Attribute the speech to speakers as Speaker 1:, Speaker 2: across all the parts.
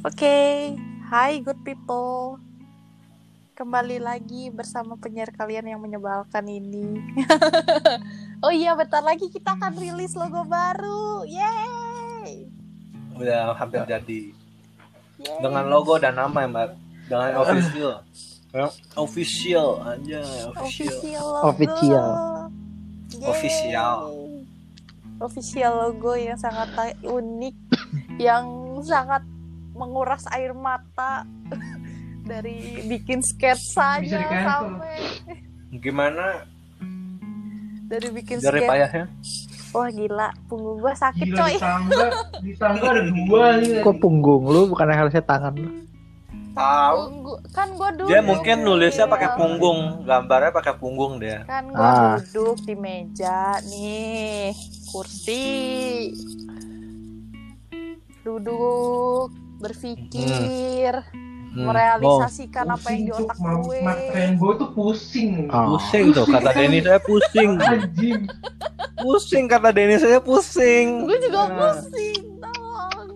Speaker 1: Oke, hai good people. Kembali lagi bersama penyiar kalian yang menyebalkan ini. oh iya, bentar lagi kita akan rilis logo baru. Yeay!
Speaker 2: Udah hampir jadi.
Speaker 1: Yeay.
Speaker 2: Dengan logo dan nama ya, Mbak. Dengan official. Ya. official aja, official.
Speaker 1: official logo.
Speaker 3: Official.
Speaker 1: Yeay.
Speaker 2: Official.
Speaker 1: Official logo yang sangat unik, yang sangat menguras air mata dari bikin
Speaker 4: Bisa
Speaker 1: sketsanya
Speaker 4: digantung.
Speaker 1: sampai
Speaker 2: Gimana
Speaker 1: dari bikin
Speaker 2: dari
Speaker 1: sketsa.
Speaker 2: payahnya?
Speaker 1: Wah gila, punggung gua sakit
Speaker 4: Gila
Speaker 1: coy.
Speaker 4: di tangga, di tangga ada dua nih.
Speaker 1: Iya.
Speaker 3: Kok punggung lu bukan harusnya tangan lu?
Speaker 2: Tahu.
Speaker 1: Punggu- kan gue duduk.
Speaker 2: Dia mungkin nulisnya
Speaker 1: Iya.
Speaker 2: pakai punggung, gambarnya pakai punggung dia.
Speaker 1: Kan gue
Speaker 3: Ah.
Speaker 1: duduk di meja nih, kursi. Duduk, berpikir,
Speaker 2: Hmm.
Speaker 1: merealisasikan apa yang di
Speaker 4: Pusing,
Speaker 1: otak
Speaker 4: Cuk. Mama-
Speaker 1: gue.
Speaker 4: Mat Rainbow tuh pusing.
Speaker 3: Ah.
Speaker 2: Oh, Pusing tuh kata Denny saya pusing.
Speaker 4: Anjing.
Speaker 2: Pusing kata Denny saya pusing.
Speaker 1: Gue juga
Speaker 4: Nah.
Speaker 1: pusing, tolong.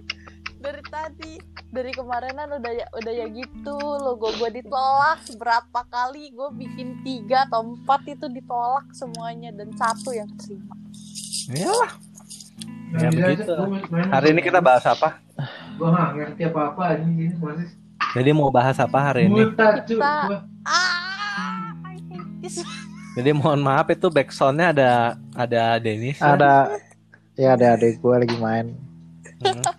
Speaker 1: Dari tadi, dari kemarinan udah ya, udah ya gitu, logo gue ditolak berapa kali, gue bikin tiga atau empat itu ditolak semuanya dan satu yang terima.
Speaker 2: Iyalah.
Speaker 4: Nah,
Speaker 2: Ya,
Speaker 4: gila,
Speaker 2: begitu.
Speaker 4: Cuk. Gua main-
Speaker 2: Hari ini kita bahas apa?
Speaker 4: Gua nggak ngerti apa-apa anjing ini masih
Speaker 2: Jadi mau bahas apa hari ini?
Speaker 4: buta cuy.
Speaker 1: Kita-
Speaker 4: Gua
Speaker 1: Ah, I hate this.
Speaker 2: Jadi mohon maaf itu backsoundnya ada ada Denny.
Speaker 3: Ada ya ada adik gue lagi main.
Speaker 2: Hmm.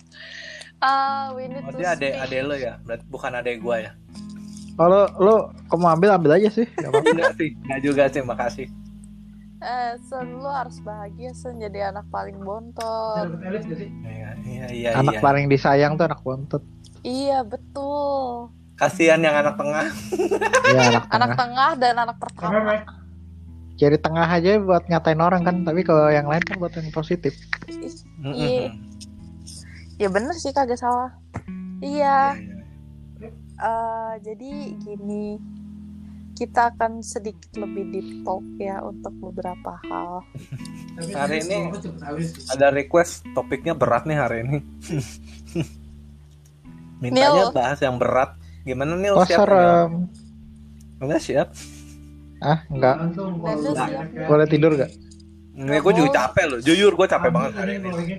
Speaker 1: Ah, we need
Speaker 2: Oh,
Speaker 1: to
Speaker 2: dia adek
Speaker 1: speak.
Speaker 2: adek lo ya, berarti bukan adek gua ya.
Speaker 3: Oh, lu lu kok mau ambil ambil aja sih. Gak apa-apa.
Speaker 2: Enggak sih, enggak juga sih, makasih.
Speaker 1: Eh, Sen, lu harus bahagia Sen jadi anak paling bontot.
Speaker 4: dapet elit nggak sih?
Speaker 2: Iya, iya, iya.
Speaker 3: anak
Speaker 2: iya.
Speaker 3: paling disayang tuh anak bontot.
Speaker 1: Iya betul.
Speaker 2: Kasihan yang anak tengah.
Speaker 3: Iya anak
Speaker 1: Anak
Speaker 3: tengah.
Speaker 1: tengah dan anak
Speaker 4: Karena
Speaker 1: pertama.
Speaker 3: Jadi tengah aja buat ngatain orang kan, tapi kalau yang lain kan buat yang positif.
Speaker 1: Ih, Iya. Ya bener sih kagak salah.
Speaker 2: Iya,
Speaker 1: Iya.
Speaker 2: iya.
Speaker 1: eh, jadi gini, kita akan sedikit lebih deep talk ya untuk beberapa hal.
Speaker 4: Tapi
Speaker 2: Hari ini-
Speaker 4: gua cepet habis.
Speaker 2: Ada request topiknya berat nih hari ini. Mintanya
Speaker 1: Nil.
Speaker 2: bahas yang berat. Gimana nih
Speaker 3: Oh
Speaker 2: siap? Nil?
Speaker 3: serem.
Speaker 2: Enggak siap.
Speaker 3: Ah enggak.
Speaker 4: Langsung kalau
Speaker 1: Langsung
Speaker 4: lu
Speaker 1: siap.
Speaker 4: enak-enak.
Speaker 3: Boleh tidur gak?
Speaker 2: Ini gue juga
Speaker 1: boleh.
Speaker 2: capek loh. Jujur gue capek
Speaker 4: Anjing
Speaker 2: banget hari
Speaker 4: tadi
Speaker 2: ini.
Speaker 4: gua lagi.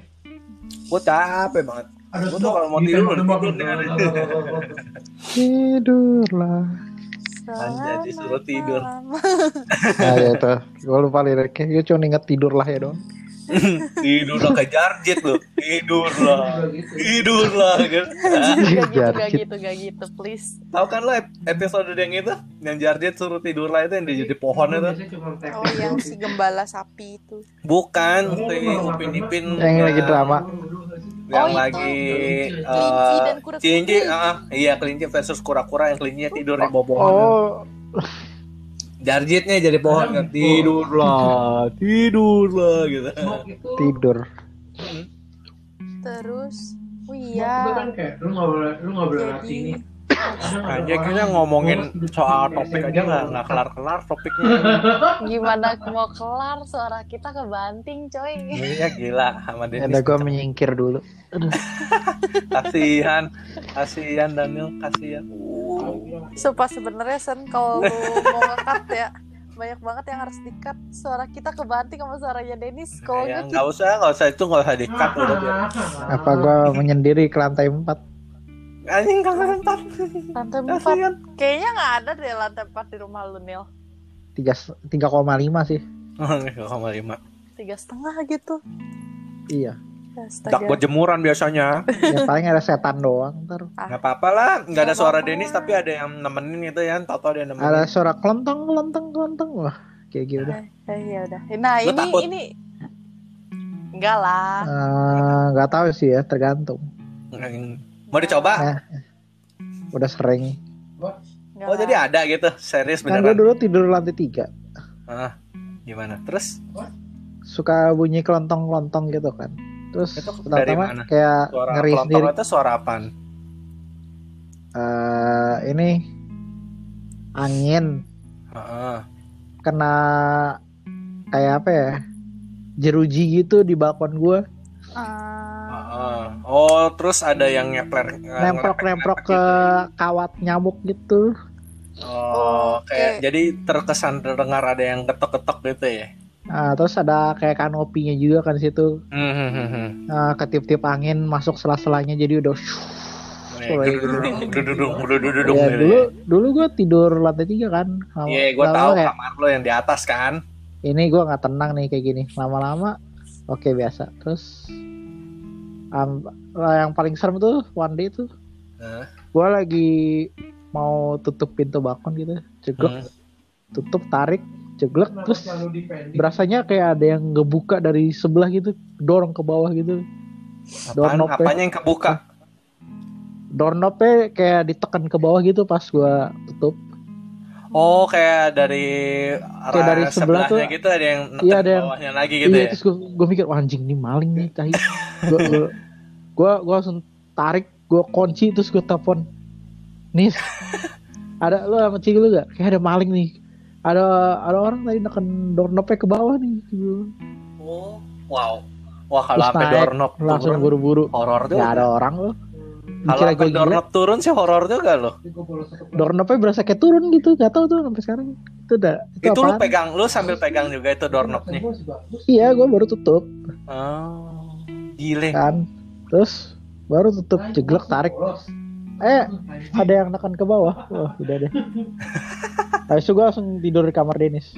Speaker 2: Gue capek banget.
Speaker 4: Ada Iya,
Speaker 2: Gua tuh
Speaker 4: smoke,
Speaker 2: kalau mau
Speaker 4: di
Speaker 2: tidur,
Speaker 4: tembak-tembak.
Speaker 2: tidur nih, hari ini.
Speaker 3: Tidurlah.
Speaker 2: Anjay, disuruh tidur.
Speaker 1: Selamat
Speaker 3: Nah ya itu. Gue lupa liriknya. Gue cuma inget tidurlah ya dong.
Speaker 2: Tidur lah kayak jarjit loh. Tidur lah.
Speaker 4: Udah gitu.
Speaker 2: Tidur lah. gitu.
Speaker 1: malam. Gak gitu, gak
Speaker 3: Jarjit.
Speaker 1: gitu, gak gitu, please.
Speaker 2: Tahu kan lo ep- episode yang itu yang jarjit suruh tidur lah itu yang dia jadi pohon
Speaker 4: Gua
Speaker 2: itu.
Speaker 4: biasanya cuma teknik
Speaker 1: Oh yang
Speaker 4: doang
Speaker 1: si
Speaker 4: sih.
Speaker 1: gembala sapi itu.
Speaker 2: Bukan
Speaker 4: Oh,
Speaker 2: si
Speaker 4: malah
Speaker 2: Upin
Speaker 4: makan
Speaker 2: Ipin
Speaker 4: mas.
Speaker 3: Yang lagi drama.
Speaker 2: yang
Speaker 1: Oh, itu.
Speaker 2: lagi
Speaker 1: Kelinci
Speaker 2: eh,
Speaker 1: dan kura-kura.
Speaker 2: kelinci, ah, iya kelinci versus kura-kura yang kelincinya tidur di bawah pohon.
Speaker 3: Oh
Speaker 2: Jarjitnya jadi pohon kan
Speaker 4: Oh.
Speaker 2: tidur lah, tidur lah gitu.
Speaker 1: Iya.
Speaker 4: Smoke itu
Speaker 3: tidur.
Speaker 1: Terus, oh
Speaker 4: Itu kan
Speaker 1: iya.
Speaker 4: kayak lu nggak boleh lu nggak boleh ngerti ini.
Speaker 1: Jadi,
Speaker 2: Aja kita ngomongin soal topik aja nggak
Speaker 4: gitu.
Speaker 2: nggak kelar-kelar topiknya.
Speaker 1: gimana mau kelar suara kita kebanting coy
Speaker 2: Iya gila sama Dennis.
Speaker 3: Ada gue menyingkir dulu.
Speaker 2: Kasihan, kasihan Daniel, kasihan.
Speaker 1: Sumpah sebenarnya Sen kalau lu mau ngekat ya banyak banget yang harus dikat suara kita kebanting sama suaranya Denis kalau gitu
Speaker 2: Ya,
Speaker 1: nggak
Speaker 2: nggak usah, nggak usah itu nggak usah dikat udah
Speaker 4: Ah,
Speaker 2: biar. Ah.
Speaker 3: Apa gue menyendiri ke lantai 4
Speaker 4: ah,
Speaker 2: Anjing kalian ntar
Speaker 1: kita lantai empat
Speaker 2: kasihan.
Speaker 1: kayaknya nggak ada deh lantai empat di rumah lu Nil
Speaker 3: tiga tiga koma lima sih
Speaker 2: Nggak sama lima.
Speaker 1: tiga setengah gitu
Speaker 3: iya
Speaker 2: Tak
Speaker 1: Astaga.
Speaker 2: buat jemuran biasanya.
Speaker 3: ya paling ada setan doang ntar
Speaker 2: Nggak apa-apa lah, nggak ada
Speaker 1: Nggak
Speaker 2: suara
Speaker 1: apa-apa.
Speaker 2: Denis tapi ada yang nemenin gitu ya, tahu ada yang
Speaker 3: ada
Speaker 2: nemenin.
Speaker 3: suara kelontong kelontong kelontong wah kayak gitu dah
Speaker 1: Eh, ya udah nah
Speaker 2: Lu
Speaker 1: ini
Speaker 2: takut?
Speaker 1: ini enggak lah
Speaker 3: Eh, nggak tahu sih ya tergantung
Speaker 2: Mau dicoba?
Speaker 3: Eh. udah sering
Speaker 1: enggak lah.
Speaker 2: Oh jadi ada gitu, serius
Speaker 3: kan
Speaker 2: beneran.
Speaker 3: gue dulu tidur lantai tiga
Speaker 2: Ah, gimana? Terus
Speaker 3: suka bunyi kelontong kelontong gitu kan terus
Speaker 2: Itu dari mana?
Speaker 3: pertama kayak
Speaker 2: suara
Speaker 3: ngeri sendiri
Speaker 2: pelontor itu suara apaan?
Speaker 3: Eh, ini angin
Speaker 2: Heeh.
Speaker 3: kena kayak apa ya jeruji gitu di balkon gue
Speaker 1: Ah,
Speaker 2: Heeh. Oh, terus ada yang ngepler eh, gitu?
Speaker 3: nemprok nemprok ke kawat nyamuk gitu
Speaker 2: Oh,
Speaker 1: Oke.
Speaker 2: kayak jadi terkesan terdengar ada yang ketok-ketok gitu ya.
Speaker 3: Nah, terus ada kayak kanopinya juga kan di situ
Speaker 2: Hmm, hmm, hmm, hmm.
Speaker 3: Nah, ketip-tip angin masuk sela-selanya jadi udah
Speaker 2: Nih,
Speaker 3: Sorry.
Speaker 2: dududung, dududung, dudududung
Speaker 3: ya,
Speaker 2: gitu
Speaker 3: dulu
Speaker 2: ya.
Speaker 3: dulu gue tidur lantai tiga kan Lama-
Speaker 2: Iya, gue
Speaker 3: lama-lama
Speaker 2: tahu
Speaker 3: kayak,
Speaker 2: kamar lo yang di atas kan.
Speaker 3: ini gue nggak tenang nih kayak gini lama-lama oke biasa terus am- lah yang paling serem tuh one day tuh
Speaker 2: Hah?
Speaker 3: gue lagi mau tutup pintu balkon gitu
Speaker 2: Hmm.
Speaker 3: ceglek tutup tarik ceglek
Speaker 4: Kenapa
Speaker 3: terus
Speaker 4: selalu dipending?
Speaker 3: berasanya kayak ada yang ngebuka dari sebelah gitu dorong ke bawah gitu
Speaker 2: Apaan,
Speaker 3: Doorknob ya.
Speaker 2: apanya yang kebuka?
Speaker 3: doorknobnya kayak ditekan ke bawah gitu pas gua tutup
Speaker 2: Oh, kayak dari arah
Speaker 3: dari sebelah
Speaker 2: sebelahnya
Speaker 3: tuh-
Speaker 2: gitu ada yang neken
Speaker 3: Iya, ada yang-
Speaker 2: bawahnya lagi gitu
Speaker 3: iya
Speaker 2: ya.
Speaker 3: terus gua gua mikir "Wah, anjing nih maling nih tai gua, gua, gua, gua langsung tarik gua kunci terus gua telepon nis ada lu sama cik lu gak kayak ada maling nih ada ada orang tadi neken doorknobnya ke bawah nih gitu.
Speaker 2: Oh, wow. Wah, kalau
Speaker 3: Terus
Speaker 2: sampai
Speaker 3: naik,
Speaker 2: doorknob
Speaker 3: langsung
Speaker 2: turun,
Speaker 3: buru-buru
Speaker 2: horor tuh.
Speaker 3: gak ada orang loh
Speaker 2: Kalau
Speaker 3: mikir
Speaker 2: sampai
Speaker 3: gue gila
Speaker 2: doorknob turun sih horor juga loh.
Speaker 4: Tapi gua bolos satu kelas.
Speaker 3: doorknobnya berasa kayak turun gitu gak tau tuh sampai sekarang itu udah itu,
Speaker 2: Itu lu
Speaker 3: apaan?
Speaker 2: pegang, lu sambil pegang juga itu doorknobnya.
Speaker 4: Nah, Gua sih bagus.
Speaker 3: iya gua baru tutup
Speaker 2: Oh, gile.
Speaker 3: kan terus baru tutup
Speaker 4: Nah,
Speaker 3: jeglek
Speaker 4: gua
Speaker 3: tarik
Speaker 4: bolos. Nah,
Speaker 3: eh
Speaker 4: Anjing.
Speaker 3: ada yang nekan ke bawah wah udah deh habis itu gue langsung tidur di kamar Denis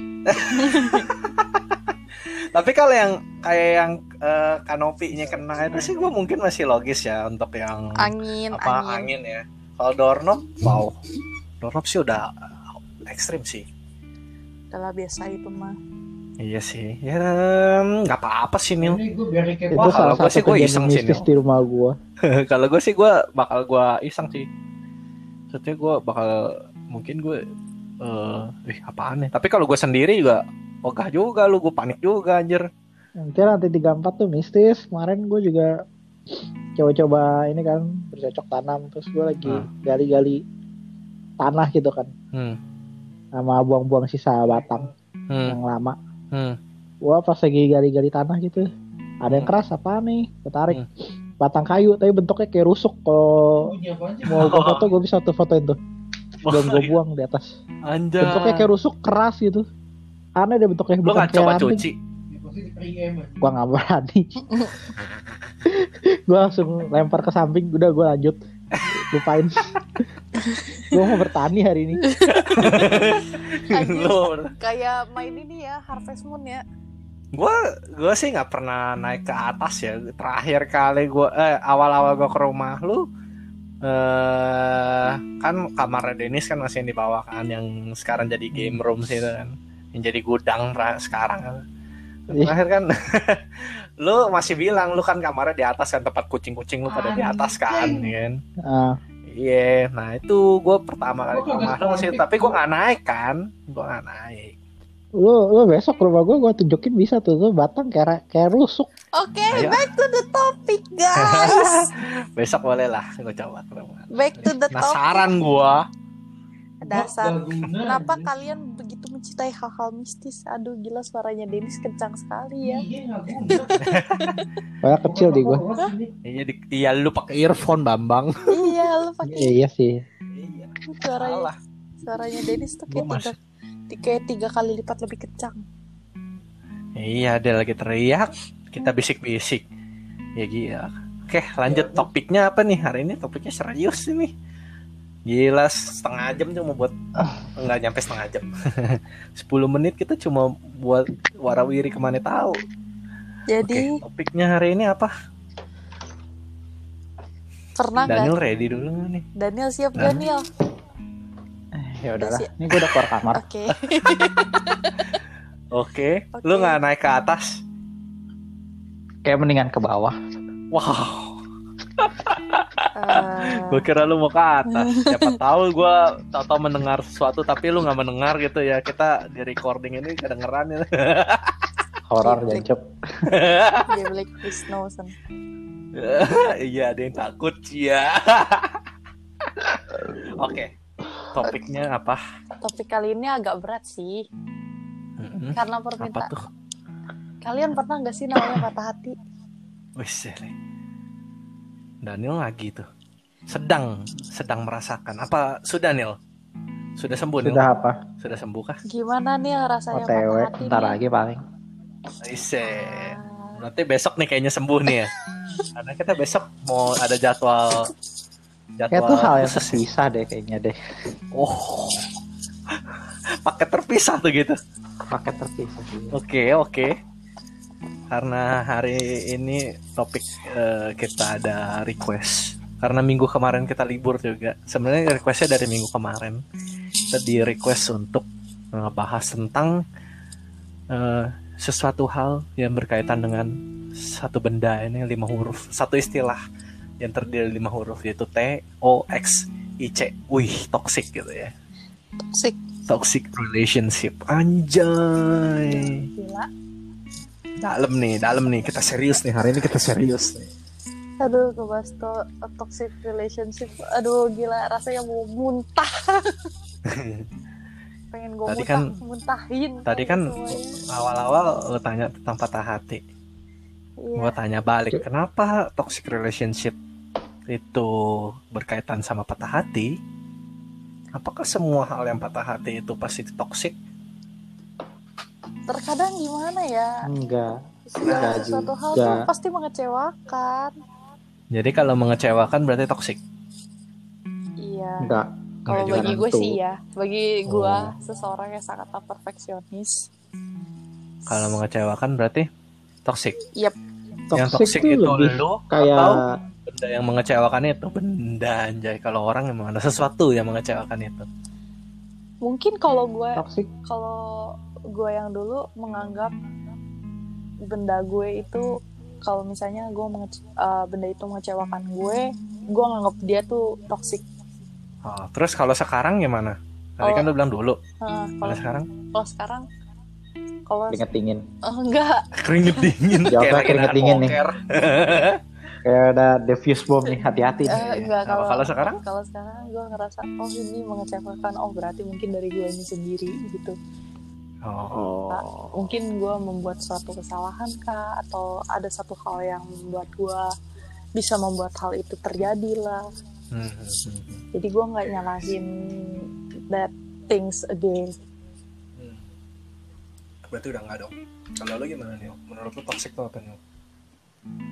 Speaker 2: Tapi kalau yang kayak yang eh, kanopinya kena itu sih gue mungkin masih logis ya untuk yang
Speaker 1: Angin,
Speaker 2: apa
Speaker 1: angin.
Speaker 2: angin, ya. Kalau doorknob, wow. Doorknob sih udah ekstrim sih.
Speaker 1: Adalah biasa itu mah.
Speaker 2: Iya sih. Ya nggak apa-apa sih Mil.
Speaker 4: Ini gua biarin kayak
Speaker 3: itu
Speaker 2: Wah, kalau
Speaker 3: salah
Speaker 2: gua sih
Speaker 3: satu
Speaker 2: gua iseng
Speaker 3: kejadian
Speaker 2: sih,
Speaker 3: mistis
Speaker 2: Nil.
Speaker 3: di rumah gue
Speaker 2: kalau gue sih gue bakal gue iseng sih maksudnya gue bakal mungkin gue eh ih, apaan nih tapi kalau gue sendiri juga ogah juga lu gue panik juga anjir
Speaker 3: mungkin nanti 34 tuh mistis kemarin gue juga coba-coba ini kan bercocok tanam terus gue lagi
Speaker 2: Hmm.
Speaker 3: gali-gali tanah gitu kan
Speaker 2: hmm.
Speaker 3: sama buang-buang sisa batang
Speaker 2: Hmm.
Speaker 3: yang lama
Speaker 2: Hmm.
Speaker 3: Wah pas lagi gali-gali tanah gitu ada yang
Speaker 2: Hmm.
Speaker 3: keras apa nih gue tarik batang kayu tapi bentuknya kayak rusuk kalau
Speaker 4: Bunyi apaan sih?
Speaker 3: mau gue foto gue bisa tuh fotoin tuh belum gue
Speaker 2: Oh, iya.
Speaker 3: buang di atas
Speaker 2: anjir
Speaker 3: bentuknya kayak rusuk keras gitu aneh deh bentuknya
Speaker 2: Ya. lu
Speaker 3: bukan
Speaker 2: nggak
Speaker 3: kayak
Speaker 2: coba
Speaker 3: ranting.
Speaker 2: cuci
Speaker 4: Ya, pasti di 3M, anjing.
Speaker 3: gua nggak berani gua langsung lempar ke samping udah gua lanjut lupain gua mau bertani hari ini
Speaker 1: Anjing.
Speaker 2: lu
Speaker 1: Kayak main ini ya, Harvest Moon ya.
Speaker 2: gue gue sih nggak pernah naik ke atas ya terakhir kali gue eh awal-awal gue ke rumah lu eh kan kamar Denis kan masih yang di bawah kan yang sekarang jadi game room sih itu kan yang jadi gudang pra- sekarang kan.
Speaker 3: Ih.
Speaker 2: terakhir kan lu masih bilang lu kan kamarnya di atas kan tempat kucing-kucing lu pada di atas kan
Speaker 4: Anjing.
Speaker 2: kan
Speaker 3: Ah,
Speaker 2: iya nah itu gue pertama kali
Speaker 4: Lu
Speaker 2: ke
Speaker 4: kagak
Speaker 2: rumah lu sih
Speaker 4: konflik,
Speaker 2: tapi gue
Speaker 4: lu.
Speaker 2: nggak naik kan gue nggak naik
Speaker 3: lu lu besok ke rumah gua gua tunjukin bisa tuh tuh batang kayak ra- kayak rusuk
Speaker 1: Oke,
Speaker 2: Ayo.
Speaker 1: back to the topic, guys.
Speaker 2: besok boleh lah gue coba ke rumah
Speaker 1: Back to the topic.
Speaker 2: penasaran gua
Speaker 1: Dasar.
Speaker 4: Gak guna,
Speaker 1: Kenapa
Speaker 4: anjing.
Speaker 1: kalian begitu mencintai hal-hal mistis? Aduh, gila suaranya Denis kencang sekali ya.
Speaker 4: Iya, gak guna.
Speaker 3: kayak kecil di gua
Speaker 4: Bolos ini.
Speaker 2: Iya, di- iya lu pakai earphone Bambang.
Speaker 1: iya, lu pakai
Speaker 3: iya sih
Speaker 2: Iya,
Speaker 1: suaranya. Suaranya Denis tuh kayak
Speaker 2: Gua
Speaker 1: tiga, ti- kayak tiga kali lipat lebih kencang.
Speaker 2: Iya, dia lagi teriak, kita bisik-bisik. Ya gila. Oke,
Speaker 1: Iya.
Speaker 2: lanjut topiknya apa nih? Hari ini topiknya serius ini. Gila, setengah jam cuma buat enggak nyampe setengah jam. 10 menit kita cuma buat warawiri kemana tahu.
Speaker 1: Jadi,
Speaker 2: Oke, topiknya hari ini apa?
Speaker 1: pernah nggak? Daniel.
Speaker 2: Daniel ready dulu nggak nih?
Speaker 1: siap
Speaker 2: Dan-
Speaker 1: Daniel.
Speaker 3: ya udahlah ini gua udah keluar kamar
Speaker 1: Oke.
Speaker 2: Oke,
Speaker 1: Oke.
Speaker 2: lu nggak naik ke atas?
Speaker 3: kayak mendingan ke bawah
Speaker 2: Wow.
Speaker 1: Eh,
Speaker 2: Gue kira lu mau ke atas. Siapa tahu gue tahu mendengar sesuatu tapi lu nggak mendengar gitu ya. Kita di recording ini kedengeran ya.
Speaker 3: horor
Speaker 1: Klik.
Speaker 3: jancep
Speaker 1: dia bilang, please no, son."
Speaker 2: Iya, ada yang takut ya. Oke. Topiknya apa?
Speaker 1: Topik kali ini agak berat sih,
Speaker 2: Mm-mm.
Speaker 1: karena
Speaker 2: Hmm? Apa
Speaker 1: permintaan.
Speaker 2: tuh?
Speaker 1: Kalian pernah nggak sih namanya patah hati?
Speaker 2: Wih, sele. eh, Daniel lagi tuh. Sedang sedang merasakan apa sudah Nil? Sudah sembuh Nil?
Speaker 5: Sudah apa?
Speaker 2: Sudah sembuh kah?
Speaker 1: Gimana nih rasanya
Speaker 3: Oh,
Speaker 5: OTW,
Speaker 1: patah hati
Speaker 5: ntar
Speaker 1: nih?
Speaker 5: lagi paling.
Speaker 2: Ise.
Speaker 1: Ah,
Speaker 2: Berarti besok nih kayaknya sembuh nih ya. Karena kita besok mau ada jadwal
Speaker 5: Kayak
Speaker 2: jadwal
Speaker 5: tuh Ya, hal yang
Speaker 2: khusus.
Speaker 5: terpisah deh kayaknya deh.
Speaker 2: Oh. Paket terpisah tuh gitu.
Speaker 5: Paket terpisah. Gitu.
Speaker 2: Oke, oke. Karena hari ini topik eh, kita ada request. Karena minggu kemarin kita libur juga. Sebenarnya requestnya dari minggu kemarin. Kita di request untuk eh, ngebahas tentang eh, sesuatu hal yang berkaitan dengan satu benda ini lima huruf, satu istilah yang terdiri dari lima huruf yaitu T O X I C. Wih, toxic gitu ya.
Speaker 1: toxic.
Speaker 2: Toxic relationship. Anjay
Speaker 1: Gila.
Speaker 2: dalam nih, dalam nih. Kita serius nih hari ini kita serius nih.
Speaker 1: Aduh, gue bahas to- toxic relationship. Aduh, gila rasanya mau muntah. Pengen gue
Speaker 2: Tadi
Speaker 1: muntah,
Speaker 2: kan-
Speaker 1: muntahin.
Speaker 2: Tadi kan
Speaker 1: semuanya.
Speaker 2: awal-awal lo tanya tentang patah hati.
Speaker 1: Iya.
Speaker 2: Gua tanya balik, kenapa toxic relationship itu berkaitan sama patah hati? Apakah semua hal yang patah hati itu pasti toxic?
Speaker 1: Terkadang gimana ya?
Speaker 5: Enggak.
Speaker 1: Segala
Speaker 5: Enggak
Speaker 1: sesuatu hal
Speaker 5: juga.
Speaker 1: tuh pasti mengecewakan.
Speaker 2: Jadi kalau mengecewakan berarti toxic.
Speaker 1: Iya.
Speaker 5: Enggak.
Speaker 1: Kalau
Speaker 2: Enggak
Speaker 1: bagi
Speaker 5: juga
Speaker 1: gue
Speaker 5: tentu. Iya.
Speaker 1: sih ya, bagi gue seseorang yang sangat perfeksionis.
Speaker 2: Kalau mengecewakan berarti toxic. yang toxic
Speaker 3: Toxic tuh
Speaker 2: itu
Speaker 3: lebih
Speaker 2: lo atau
Speaker 3: kayak
Speaker 2: benda yang mengecewakan itu benda anjay kalau orang memang ada sesuatu yang mengecewakan itu.
Speaker 1: Mungkin kalau gue
Speaker 5: Toxic.
Speaker 1: kalau gue yang dulu menganggap benda gue itu kalau misalnya gue mengece- eh, benda itu mengecewakan gue, gue nganggap dia tuh toksik.
Speaker 2: Oh, terus kalau sekarang gimana? Tadi kan lu bilang dulu.
Speaker 1: Nah,
Speaker 2: Kalau
Speaker 1: kalau
Speaker 5: Iya.
Speaker 2: sekarang
Speaker 1: kalau sekarang kalau
Speaker 5: Keringet dingin.
Speaker 1: eh, enggak
Speaker 2: keringet dingin.
Speaker 5: Jawabnya
Speaker 2: Kayak lagi
Speaker 5: Ya, keringet
Speaker 2: nahan
Speaker 5: dingin nih.
Speaker 1: Eh,
Speaker 2: boker.
Speaker 5: Kayak ada defuse bomb nih. Hati-hati.
Speaker 1: eh,
Speaker 5: nih.
Speaker 2: Iya.
Speaker 1: enggak
Speaker 2: Kalau-
Speaker 1: kalau
Speaker 2: kalau sekarang?
Speaker 1: kalau sekarang gue ngerasa oh ini mengecewakan oh berarti mungkin dari gue sendiri gitu
Speaker 2: Oh,
Speaker 5: Oh.
Speaker 1: mungkin gue membuat suatu kesalahan kah atau ada satu hal yang membuat gue bisa membuat hal itu terjadi lah
Speaker 2: hmm, hmm, hmm.
Speaker 1: jadi gue nggak nyalahin that things again
Speaker 2: hmm. Berarti udah enggak dong. Kalau lu gimana nih? Menurut lu toxic tuh apa nih?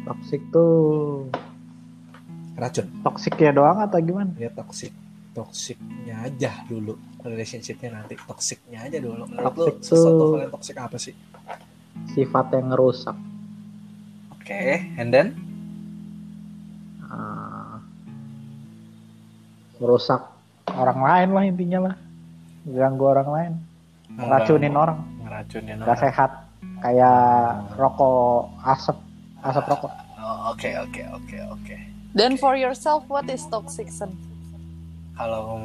Speaker 5: Toxic tuh
Speaker 2: Racun.
Speaker 5: toxic ya doang atau gimana?
Speaker 2: Dia toxic. Toxicnya aja dulu. Relationshipnya nanti toxicnya aja dulu. Menurut lu
Speaker 5: Toxic
Speaker 2: sesuatu
Speaker 5: tuh-
Speaker 2: hal yang toxic apa sih?
Speaker 5: Sifat yang ngerusak.
Speaker 2: Oke, and then
Speaker 5: Ah. merusak orang lain lah intinya lah. Ganggu orang lain, racunin orang,
Speaker 2: Oh, Nah. ngeracunin
Speaker 5: nggak
Speaker 2: orang.
Speaker 5: sehat. Kayak rokok asap, asap rokok.
Speaker 2: Oh, Oke, oke, oke, oke.
Speaker 1: then for yourself what is toxic Sen?
Speaker 2: kalau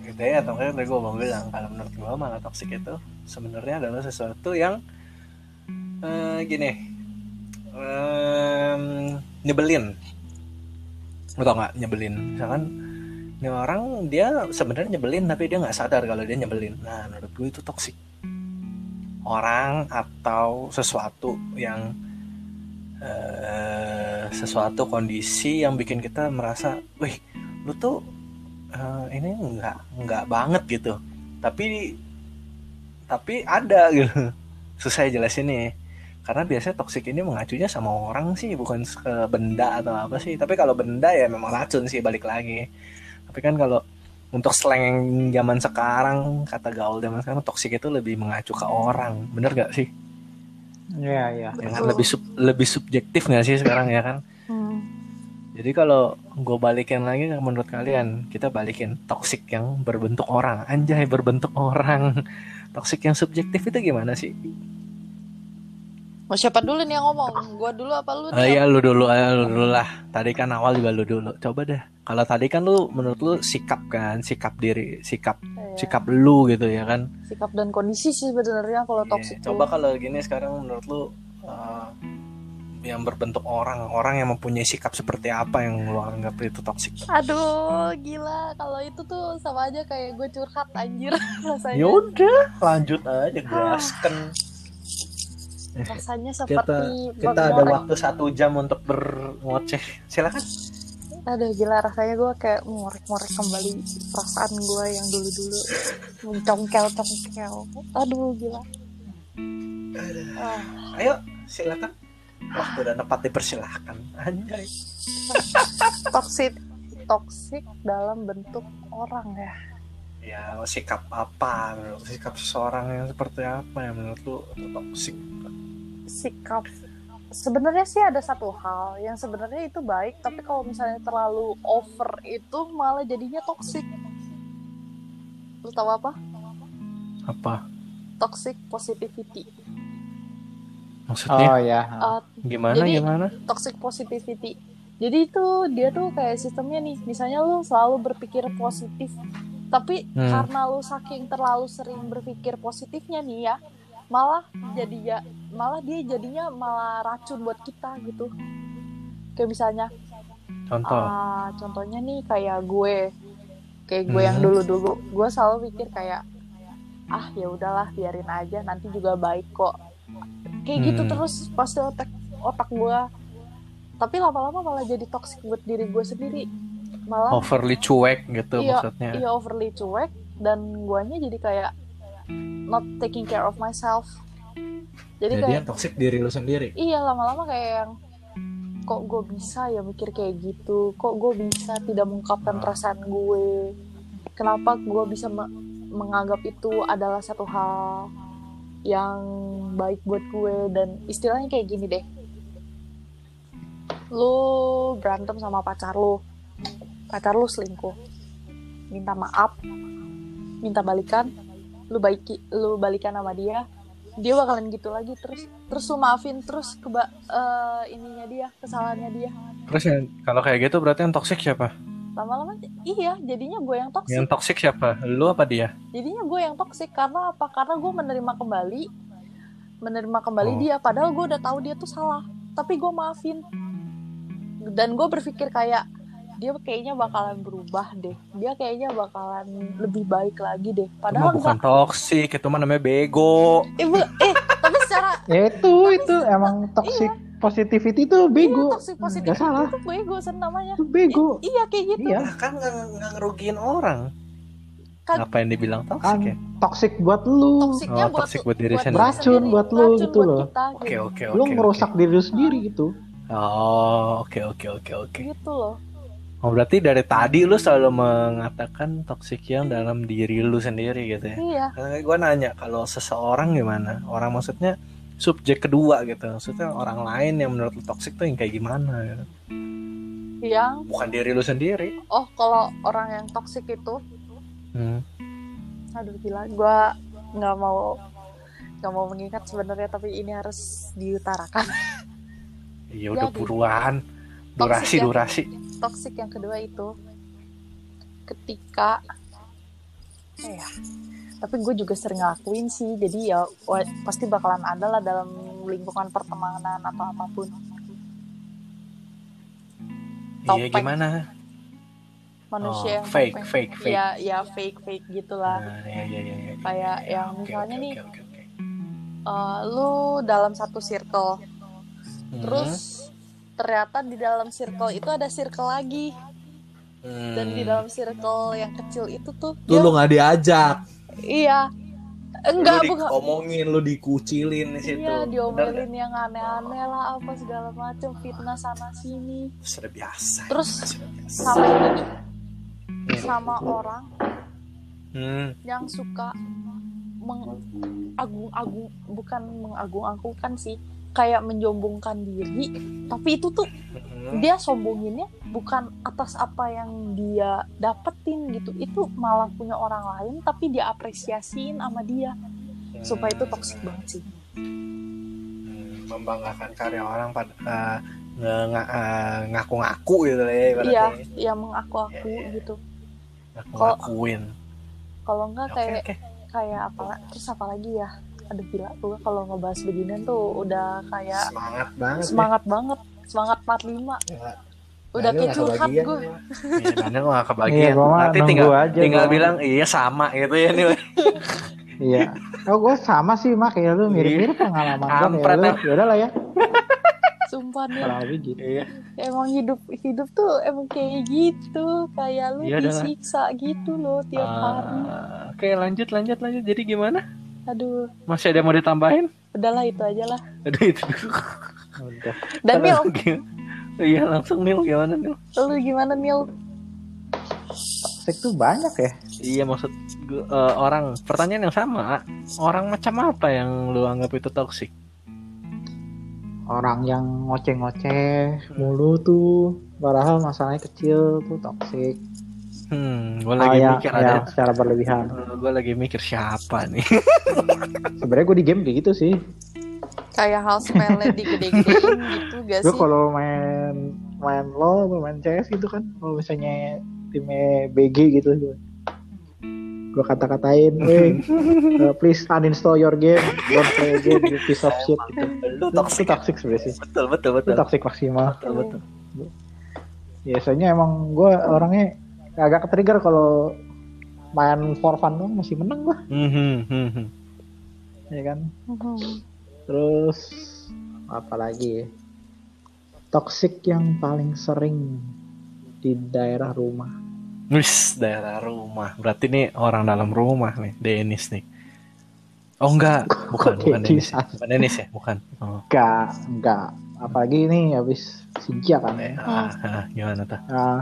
Speaker 2: gitu ya atau kan tadi gue mau bilang kalau menurut gue malah toxic itu sebenarnya adalah sesuatu yang eh, gini em, nyebelin lo tau nggak nyebelin misalkan ini orang dia sebenarnya nyebelin tapi dia nggak sadar kalau dia nyebelin nah menurut gue itu toxic orang atau sesuatu yang eh, sesuatu kondisi yang bikin kita merasa, wih, lu tuh eh, ini nggak nggak banget gitu tapi tapi ada gitu susah jelasin nih karena biasanya toksik ini mengacunya sama orang sih bukan ke benda atau apa sih tapi kalau benda ya memang racun sih balik lagi tapi kan kalau untuk slang zaman sekarang kata gaul zaman sekarang toksik itu lebih mengacu ke orang bener gak sih
Speaker 5: Iya iya.
Speaker 2: Ya
Speaker 1: Betul.
Speaker 2: kan? lebih sub- lebih subjektif gak sih sekarang ya kan
Speaker 1: Hmm.
Speaker 2: jadi kalau gue balikin lagi menurut kalian, kita balikin toxic yang berbentuk orang. Anjay, berbentuk orang. Toxic yang subjektif itu gimana sih?
Speaker 1: mau siapa dulu nih yang ngomong gue dulu apa lu
Speaker 2: Eh,
Speaker 1: nih
Speaker 2: ya lu dulu, eh, lu dulu lah. Tadi kan awal juga lu dulu. Coba deh. Kalau tadi kan lu menurut lu sikap kan, sikap diri, sikap
Speaker 1: Iya.
Speaker 2: sikap lu gitu ya kan.
Speaker 1: sikap dan kondisi sih sebenarnya kalau
Speaker 2: Iya,
Speaker 1: toxic
Speaker 2: Coba
Speaker 1: tuh.
Speaker 2: kalau gini sekarang menurut lu eh, yang berbentuk orang, orang yang mempunyai sikap seperti apa yang lu anggap itu toxic?
Speaker 1: Iya. aduh gila kalau itu tuh sama aja kayak gue curhat anjir rasanya
Speaker 2: Yaudah, Ya lanjut aja
Speaker 1: Ah.
Speaker 2: gasken.
Speaker 1: rasanya seperti
Speaker 2: kita ada
Speaker 1: mengorek-
Speaker 2: waktu satu jam untuk berngoceh silakan
Speaker 1: Aduh gila rasanya gue kayak ngorek-ngorek kembali perasaan gue yang dulu-dulu mencongkel-congkel. Aduh gila. Ah,
Speaker 2: Ayo, silakan. Waktu dan tempat dipersilahkan. Anjay.
Speaker 1: toxic toxic dalam bentuk orang ya.
Speaker 2: Ya, sikap apa? menurut- Sikap seseorang yang seperti apa yang menurut lu toksik?
Speaker 1: sikap sebenarnya sih ada satu hal yang sebenarnya itu baik tapi kalau misalnya terlalu over itu malah jadinya toxic lu tahu apa
Speaker 2: Apa?
Speaker 1: toxic positivity
Speaker 2: Maksudnya
Speaker 5: Oh ya.
Speaker 1: Uh,
Speaker 2: gimana
Speaker 1: jadi-
Speaker 2: gimana?
Speaker 1: toxic positivity jadi itu dia tuh kayak sistemnya nih misalnya lu selalu berpikir positif tapi
Speaker 2: Hmm.
Speaker 1: karena lu saking terlalu sering berpikir positifnya nih ya malah jadi ya malah dia jadinya malah racun buat kita gitu kayak misalnya
Speaker 2: Contoh.
Speaker 1: Ah, contohnya nih kayak gue, kayak gue
Speaker 2: Hmm.
Speaker 1: yang dulu-dulu, gue selalu mikir kayak ah ya udahlah biarin aja nanti juga baik kok. Kayak gitu
Speaker 2: Hmm.
Speaker 1: terus pasti otak otak gue. Tapi lama-lama malah jadi toxic buat diri gue sendiri. Malah
Speaker 2: Overly cuek
Speaker 1: ah.
Speaker 2: gitu
Speaker 1: Iya,
Speaker 2: maksudnya.
Speaker 1: iya overly cuek dan guanya jadi kayak not taking care of myself. Jadi,
Speaker 2: Jadi
Speaker 1: kayak
Speaker 2: yang toksik diri lu sendiri.
Speaker 1: Iya lama-lama kayak yang kok gue bisa ya mikir kayak gitu, kok gue bisa tidak mengungkapkan
Speaker 2: Hmm.
Speaker 1: perasaan gue, kenapa gue bisa me- menganggap itu adalah satu hal yang baik buat gue dan istilahnya kayak gini deh, lu berantem sama pacar lu, pacar lu selingkuh, minta maaf, minta balikan, lu baiki, lu balikan sama dia, dia bakalan gitu lagi terus terus lu maafin terus keba eh, ininya dia kesalahannya dia
Speaker 2: Terus yang kalau kayak gitu berarti yang toksik siapa?
Speaker 1: lama-lama j- iya jadinya gue yang toksik
Speaker 2: Yang toksik siapa? Lu apa dia?
Speaker 1: jadinya gue yang toksik karena apa karena gue menerima kembali menerima kembali
Speaker 2: Oh.
Speaker 1: dia padahal gue udah tahu dia tuh salah tapi gue maafin dan gue berpikir kayak dia kayaknya bakalan berubah deh dia kayaknya bakalan lebih baik lagi deh
Speaker 2: Itu mah
Speaker 1: padahal
Speaker 2: bukan
Speaker 1: enggak
Speaker 2: toksik, itu mah namanya bego.
Speaker 1: eh, bu- eh tapi secara
Speaker 5: Ya itu itu emang toxic positivity tuh bego.
Speaker 1: iya, toxic positif
Speaker 5: Nggak salah.
Speaker 1: itu gue sen namanya
Speaker 5: Itu bego.
Speaker 1: iya kayak gitu
Speaker 5: Iya.
Speaker 2: Nah, kan nggak nggak ngerugiin orang.
Speaker 1: Kan-
Speaker 2: Apa yang dibilang toksik
Speaker 5: Kan
Speaker 2: ya?
Speaker 5: toxic buat lu.
Speaker 1: toksiknya
Speaker 2: Oh,
Speaker 1: buat,
Speaker 2: toksik buat diri sendiri.
Speaker 5: Racun buat lu
Speaker 1: Racun
Speaker 5: gitu
Speaker 1: buat
Speaker 5: loh.
Speaker 1: kita,
Speaker 2: Oke,
Speaker 1: gitu.
Speaker 2: oke, oke.
Speaker 5: Lu
Speaker 2: oke.
Speaker 5: ngerusak diri lu sendiri gitu.
Speaker 2: Oh, oke, oke, oke, oke.
Speaker 1: gitu loh
Speaker 2: Oh, berarti dari tadi lu selalu mengatakan toksik yang dalam diri lu sendiri gitu ya.
Speaker 1: iya
Speaker 2: Karena gue nanya kalau seseorang gimana? Orang maksudnya subjek kedua gitu. Maksudnya orang lain yang menurut lu toksik tuh yang kayak gimana gitu.
Speaker 1: yang
Speaker 2: Bukan diri lu sendiri.
Speaker 1: oh kalau orang yang toksik itu
Speaker 2: Hmm.
Speaker 1: aduh gila gue nggak mau nggak mau mengingat sebenarnya tapi ini harus diutarakan
Speaker 2: Ya
Speaker 1: Jadi, ya.
Speaker 2: udah buruan.
Speaker 1: toksik
Speaker 2: Durasi,
Speaker 1: yang-
Speaker 2: durasi.
Speaker 1: toksik yang kedua itu ketika apa ya tapi gue juga sering ngelakuin sih jadi ya wa- pasti bakalan ada lah dalam lingkungan pertemanan atau apapun
Speaker 2: Iya
Speaker 1: Topeng.
Speaker 2: gimana?
Speaker 1: manusia
Speaker 2: Oh,
Speaker 1: yang
Speaker 2: fake,
Speaker 1: topeng.
Speaker 2: fake, fake.
Speaker 1: ya ya fake fake gitulah
Speaker 2: Nah, iya, iya, iya, iya.
Speaker 1: Kayak
Speaker 2: Iya,
Speaker 1: yang
Speaker 2: oke,
Speaker 1: misalnya
Speaker 2: oke,
Speaker 1: nih.
Speaker 2: oke, oke, oke.
Speaker 1: Eh, lu dalam satu circle
Speaker 2: Hmm.
Speaker 1: terus ternyata di dalam circle itu ada circle lagi
Speaker 2: Hmm.
Speaker 1: dan di dalam circle yang kecil itu tuh
Speaker 2: Tuh,
Speaker 1: dia-
Speaker 2: lu nggak diajak
Speaker 1: iya enggak
Speaker 2: lu
Speaker 1: bukan
Speaker 2: diomongin lu dikucilin di situ
Speaker 1: iya
Speaker 2: Bener
Speaker 1: diomelin yang aneh-aneh lah apa segala macem fitnah sana sini
Speaker 2: nggak? sudah biasa
Speaker 1: terus
Speaker 2: sudah biasa
Speaker 1: sama ini
Speaker 2: Hmm.
Speaker 1: sama orang
Speaker 2: hmm.
Speaker 1: yang suka mengagung-agung bukan mengagung-agungkan sih kayak menjombongkan diri tapi itu tuh
Speaker 2: Hmm.
Speaker 1: dia sombonginnya bukan atas apa yang dia dapetin gitu itu malah punya orang lain tapi dia apresiasiin sama dia supaya itu toksik banget sih
Speaker 2: Hmm, membanggakan karya orang pada eh, nge- nga- eh, ngaku-ngaku gitu ya
Speaker 1: iya
Speaker 2: ibaratnya
Speaker 1: iya mengaku-aku
Speaker 2: Iya, iya.
Speaker 1: gitu
Speaker 2: ngaku-ngakuin
Speaker 1: kalau enggak
Speaker 2: oke
Speaker 1: kayak
Speaker 2: oke
Speaker 1: kayak apa terus apa lagi ya aduh gila gue kalau ngebahas beginian tuh udah kayak
Speaker 2: semangat banget
Speaker 1: ya semangat banget semangat 45
Speaker 2: ya.
Speaker 1: udah
Speaker 2: Daniel
Speaker 1: kayak
Speaker 2: nggak
Speaker 1: curhat
Speaker 2: kebagian,
Speaker 1: gue
Speaker 2: gua. Iya, Daniel nggak
Speaker 5: Iya,
Speaker 2: kebagian
Speaker 5: gua mah
Speaker 2: nanti
Speaker 5: nunggu
Speaker 2: tinggal
Speaker 5: aja,
Speaker 2: tinggal
Speaker 5: gua.
Speaker 2: bilang iya sama gitu ya nih
Speaker 5: Iya. Oh, gue Ya, sama sih mak kayak lu mirip-mirip pengalaman gue kayak
Speaker 2: Kampret,
Speaker 5: lu.
Speaker 2: ah.
Speaker 5: Yaudah lah ya.
Speaker 1: Sumpah nih,
Speaker 6: Kurang lebih gitu.
Speaker 2: Iya.
Speaker 1: emang hidup hidup tuh emang kayak gitu, kayak lu
Speaker 2: Iya, udah lah.
Speaker 1: disiksa gitu loh tiap hari.
Speaker 2: Ah, Oke lanjut lanjut lanjut. Jadi gimana?
Speaker 1: Aduh,
Speaker 2: Masih ada yang mau ditambahin?
Speaker 1: udahlah itu aja lah.
Speaker 2: Aduh itu dulu.
Speaker 3: Udah.
Speaker 1: Dan Mil,
Speaker 2: Iya langsung Mil gimana Mil?
Speaker 1: lu gimana Mil?
Speaker 3: Toxic tuh banyak ya.
Speaker 2: Iya maksud gua, eh, orang pertanyaan yang sama. Orang macam apa yang lu anggap itu toksik?
Speaker 3: Orang yang ngoceh-ngoceh
Speaker 2: Hmm.
Speaker 3: mulu tuh. Padahal masalahnya kecil tuh toxic.
Speaker 2: Hmm, gue lagi
Speaker 3: Kayak-
Speaker 2: mikir
Speaker 3: ya,
Speaker 2: ada.
Speaker 3: secara berlebihan.
Speaker 2: gue lagi mikir siapa nih?
Speaker 3: Sebenarnya gue di game kayak gitu sih.
Speaker 1: Kayak
Speaker 2: Iya
Speaker 1: hal sepele digede-gedein gitu gak
Speaker 3: Gue
Speaker 1: sih?
Speaker 3: kalau main main LoL, gua main CS gitu kan, kalau misalnya timnya BG gitu, gue gue kata-katain, "Hey, uh, please uninstall your game, don't play again, you piece of shit." Gitu.
Speaker 2: Lu
Speaker 3: Itu
Speaker 2: toksik.
Speaker 3: toxic sebenarnya sih.
Speaker 2: Betul betul
Speaker 3: Itu
Speaker 2: betul.
Speaker 3: toxic maksimal.
Speaker 2: Betul betul.
Speaker 3: Biasanya emang gue orangnya agak trigger kalau main for fun doang masih menang gue,
Speaker 2: Mhm, mhm.
Speaker 3: ya kan.
Speaker 1: Mhm.
Speaker 3: Terus apa lagi ya? Toxic yang paling sering di daerah rumah.
Speaker 2: Wis daerah rumah. Berarti nih orang dalam rumah nih, Denis nih. Oh enggak, bukan
Speaker 3: Kok
Speaker 2: bukan Denis.
Speaker 3: Dennis?
Speaker 2: Bukan Denis ya, bukan. Oh.
Speaker 3: Enggak, enggak. Apalagi ini habis sijak kan ya.
Speaker 2: Ah, ah, gimana tuh?
Speaker 3: Nah,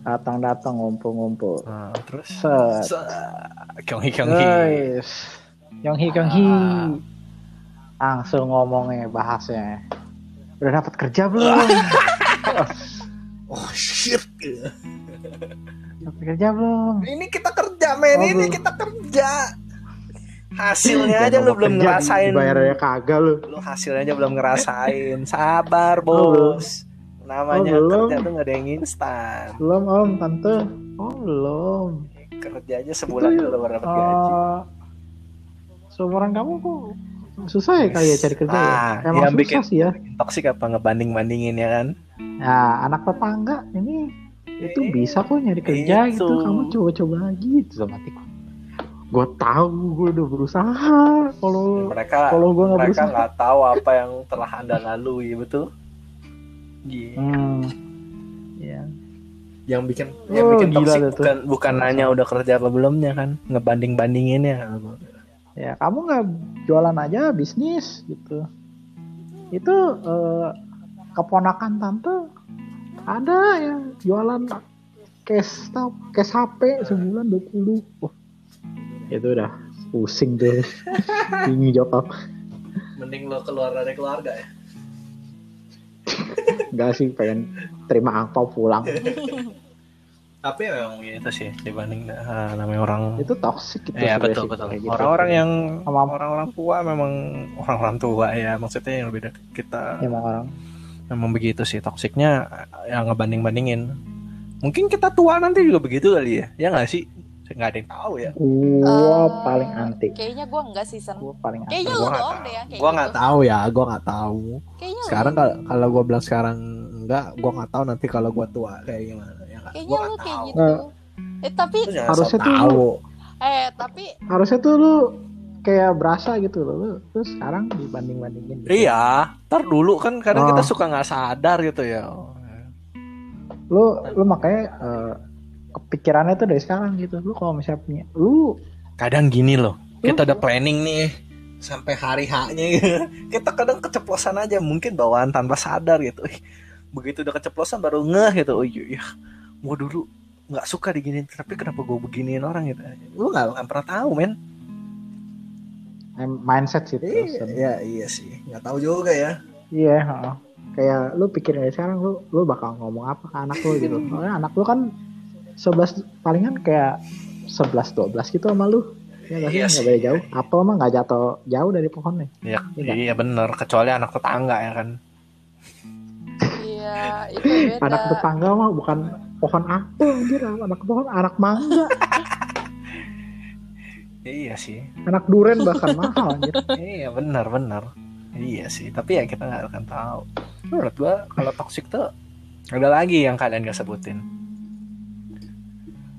Speaker 3: datang-datang ngumpul-ngumpul.
Speaker 2: Ah, terus
Speaker 3: Set.
Speaker 2: Kyonghi Kyonghi.
Speaker 3: Guys. Yang hi yang hi.
Speaker 2: Ah.
Speaker 3: Langsung ngomongnya bahasnya. Udah dapat kerja belum?
Speaker 2: Oh shit.
Speaker 3: Dapat kerja belum?
Speaker 2: Ini kita kerja men,
Speaker 3: Ini
Speaker 2: kita kerja.
Speaker 3: Jangan
Speaker 2: Hasilnya aja lu
Speaker 3: ngomong
Speaker 2: belum
Speaker 3: kerja, ya.
Speaker 2: ngerasain.
Speaker 3: Dibayarnya kagak lu.
Speaker 2: Lu hasilnya aja belum ngerasain. Sabar, Bos. Namanya
Speaker 3: Oh, belum.
Speaker 2: kerja tuh gak ada yang instan.
Speaker 3: Belum om, tante. Oh belum.
Speaker 2: Kerja aja sebulan
Speaker 3: Itu,
Speaker 2: dulu baru dapat gaji.
Speaker 3: Eh, seumuran kamu kok susah ya kali ya cari kerja ya?
Speaker 2: Ah,
Speaker 3: Emang
Speaker 2: yang
Speaker 3: susah
Speaker 2: bikin-
Speaker 3: sih ya.
Speaker 2: Toksik apa ngebanding-bandingin ya kan?
Speaker 3: Nah, anak tetangga ini itu
Speaker 2: Eh,
Speaker 3: bisa kok nyari kerja
Speaker 2: itu.
Speaker 3: gitu. Kamu coba-coba lagi gitu sama tiku. Gue tahu gue udah berusaha. Kalau
Speaker 2: Mereka
Speaker 3: kalau gue nggak
Speaker 2: mereka
Speaker 3: berusaha,
Speaker 2: nggak tahu apa yang telah anda lalui betul Gila.
Speaker 3: hmm. ya.
Speaker 2: yang bikin
Speaker 3: Oh,
Speaker 2: yang bikin
Speaker 3: gila
Speaker 2: toksik
Speaker 3: tuh.
Speaker 2: bukan bukan nanya udah kerja apa belumnya kan ngebanding bandinginnya
Speaker 3: ya kamu nggak jualan aja bisnis gitu. Itu eh, keponakan tante ada yang jualan cash tau cash HP sebulan 20 Wah, itu udah pusing tuh tinggi jawab apa
Speaker 2: mending lo keluar dari keluarga ya
Speaker 3: nggak sih pengen terima angpau pulang
Speaker 2: tapi memang gitu sih dibanding ah, namanya orang
Speaker 3: itu toxic gitu
Speaker 2: ya
Speaker 3: sebenarnya
Speaker 2: betul
Speaker 3: sih,
Speaker 2: betul
Speaker 3: kayak gitu.
Speaker 2: orang-orang yang
Speaker 3: Sama-
Speaker 2: orang-orang tua memang orang-orang tua ya maksudnya yang lebih dekat kita
Speaker 3: emang orang
Speaker 2: memang begitu sih toksiknya yang ngebanding bandingin mungkin kita tua nanti juga begitu kali ya ya nggak sih nggak ada yang tahu ya
Speaker 3: gua
Speaker 1: Eh,
Speaker 3: paling anti
Speaker 1: Kayaknya gua enggak sih, Sen.
Speaker 3: gua paling anti
Speaker 1: Kayaknya
Speaker 2: Gua
Speaker 1: lu
Speaker 2: nggak
Speaker 1: doang
Speaker 2: tahu.
Speaker 1: deh yang kayak
Speaker 2: Gua nggak
Speaker 1: gitu. Hmm.
Speaker 7: tahu ya gue nggak tahu
Speaker 1: Kayaknya lu
Speaker 7: sekarang kalau kalau gue bilang sekarang enggak gue nggak tahu nanti kalau gue tua kayak gimana ya nggak
Speaker 1: Kayaknya
Speaker 7: gue
Speaker 1: lu
Speaker 7: nggak
Speaker 1: kayak
Speaker 7: tahu
Speaker 1: gitu. Eh tapi
Speaker 2: Terus jangan
Speaker 3: harusnya
Speaker 7: Nggak
Speaker 3: tuh lu,
Speaker 7: tahu
Speaker 1: eh tapi
Speaker 3: harusnya tuh lu kayak berasa gitu loh lu terus sekarang dibanding bandingin gitu.
Speaker 2: Iya, ntar dulu kan kadang
Speaker 3: Ah.
Speaker 2: kita suka nggak sadar gitu ya.
Speaker 3: lu lu makanya eh, kepikirannya tuh dari sekarang gitu lu kalau misalnya punya lu
Speaker 2: Kadang gini loh, kita udah planning nih sampai hari H-nya gitu. Kita kadang keceplosan aja, mungkin bawaan tanpa sadar gitu. Ih, begitu udah keceplosan baru ngeh gitu. Oh iya, iya. gua dulu nggak suka diginiin, tapi kenapa gue beginiin orang gitu? Lu nggak nggak pernah tahu men?
Speaker 3: em, mindset sih terus
Speaker 2: Iya iya sih, nggak tahu juga ya.
Speaker 3: iya heeh. kayak lu pikirin dari sekarang lu lu bakal ngomong apa ke anak lu gitu soalnya anak lu kan 11 palingan kayak 11 12 gitu sama lu ya nggak sih
Speaker 2: Iya
Speaker 3: nggak
Speaker 2: sih.
Speaker 3: beda jauh apel mah nggak jatuh jauh dari pohonnya
Speaker 2: Iya,
Speaker 3: Iya.
Speaker 2: iya bener, kecuali anak tetangga ya kan.
Speaker 1: iya itu beda.
Speaker 3: anak tetangga mah bukan pohon apel anjir anak pohon anak mangga
Speaker 2: Iya sih.
Speaker 3: anak duren bahkan mahal anjir
Speaker 2: iya benar benar iya sih tapi ya kita nggak akan tahu menurut gua kalau toxic tuh ada lagi yang kalian gak sebutin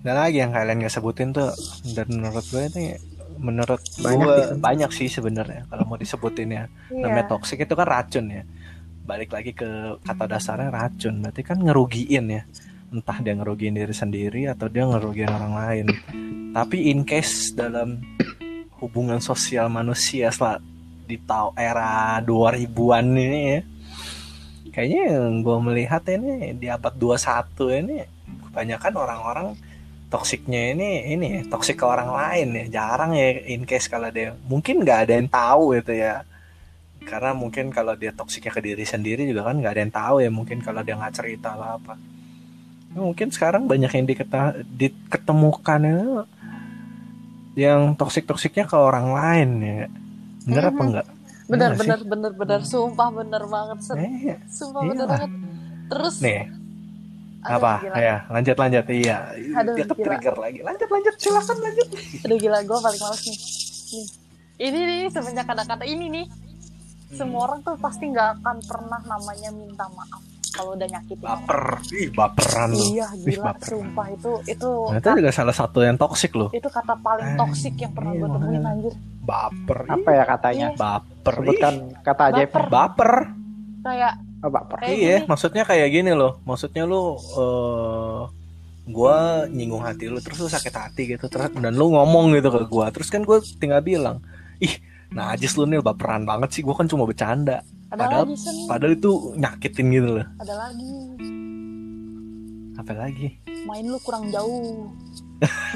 Speaker 2: ada lagi yang kalian gak sebutin tuh dan menurut gua itu ya, menurut
Speaker 3: Banyak
Speaker 2: gua
Speaker 3: sih.
Speaker 2: banyak sih sebenarnya kalau mau disebutin ya
Speaker 1: Iya.
Speaker 2: namanya toxic itu kan racun ya balik lagi ke kata dasarnya racun berarti kan ngerugiin ya entah dia ngerugiin diri sendiri atau dia ngerugiin orang lain tapi in case dalam hubungan sosial manusia setelah di tau era 2000-an ini ya kayaknya yang gue melihat ini di abad 21 ini kebanyakan orang-orang toksiknya ini ini ya, toksik ke orang lain ya jarang ya in case kalau dia mungkin nggak ada yang tahu gitu ya karena mungkin kalau dia toksiknya ke diri sendiri juga kan nggak ada yang tahu ya mungkin kalau dia nggak cerita lah apa Ya, mungkin sekarang banyak yang diketa- diketemukan ya, yang toksik toksiknya ke orang lain ya bener apa
Speaker 1: Mhm.
Speaker 2: enggak
Speaker 1: bener
Speaker 2: Iya
Speaker 1: bener bener bener sumpah bener banget Sen.
Speaker 2: eh,
Speaker 1: sumpah
Speaker 2: iya
Speaker 1: bener
Speaker 2: lah.
Speaker 1: banget terus
Speaker 2: nih
Speaker 1: aduh,
Speaker 2: apa
Speaker 1: gila.
Speaker 2: ya lanjut lanjut iya
Speaker 1: Aduh,
Speaker 2: dia ke
Speaker 1: gila.
Speaker 2: trigger lagi lanjut lanjut silakan lanjut
Speaker 1: Aduh gila gue paling males nih. Nih. Ini nih semenjak kata-kata ini nih.
Speaker 2: Hmm.
Speaker 1: Semua orang tuh pasti nggak akan pernah namanya minta maaf kalau udah nyakitin. orang.
Speaker 2: baper ih baperan lu
Speaker 1: Iya
Speaker 2: Ih,
Speaker 1: gila
Speaker 2: baper.
Speaker 1: sumpah itu itu
Speaker 2: Nah, itu juga salah satu yang toksik loh
Speaker 1: itu kata paling toksik yang pernah gue
Speaker 2: Ah, Iya,
Speaker 1: temuin anjir.
Speaker 2: baper
Speaker 5: Apa ya katanya?
Speaker 1: Iya,
Speaker 2: baper
Speaker 5: Sebutkan kata ajaib.
Speaker 1: Baper.
Speaker 2: baper
Speaker 1: kayak
Speaker 5: Oh, baper.
Speaker 1: kayak
Speaker 2: iya
Speaker 1: Eh, gini.
Speaker 2: maksudnya kayak gini loh maksudnya lu eh gua nyinggung hati lu terus lu sakit hati gitu terus dan lu ngomong gitu ke gua terus kan gua tinggal bilang ih nah najis lu nih baperan banget sih gua kan cuma bercanda
Speaker 1: Ada
Speaker 2: padahal-
Speaker 1: lagi sen,
Speaker 2: padahal itu nyakitin gitu loh
Speaker 1: ada lagi.
Speaker 2: apa lagi
Speaker 1: Main lu kurang jauh.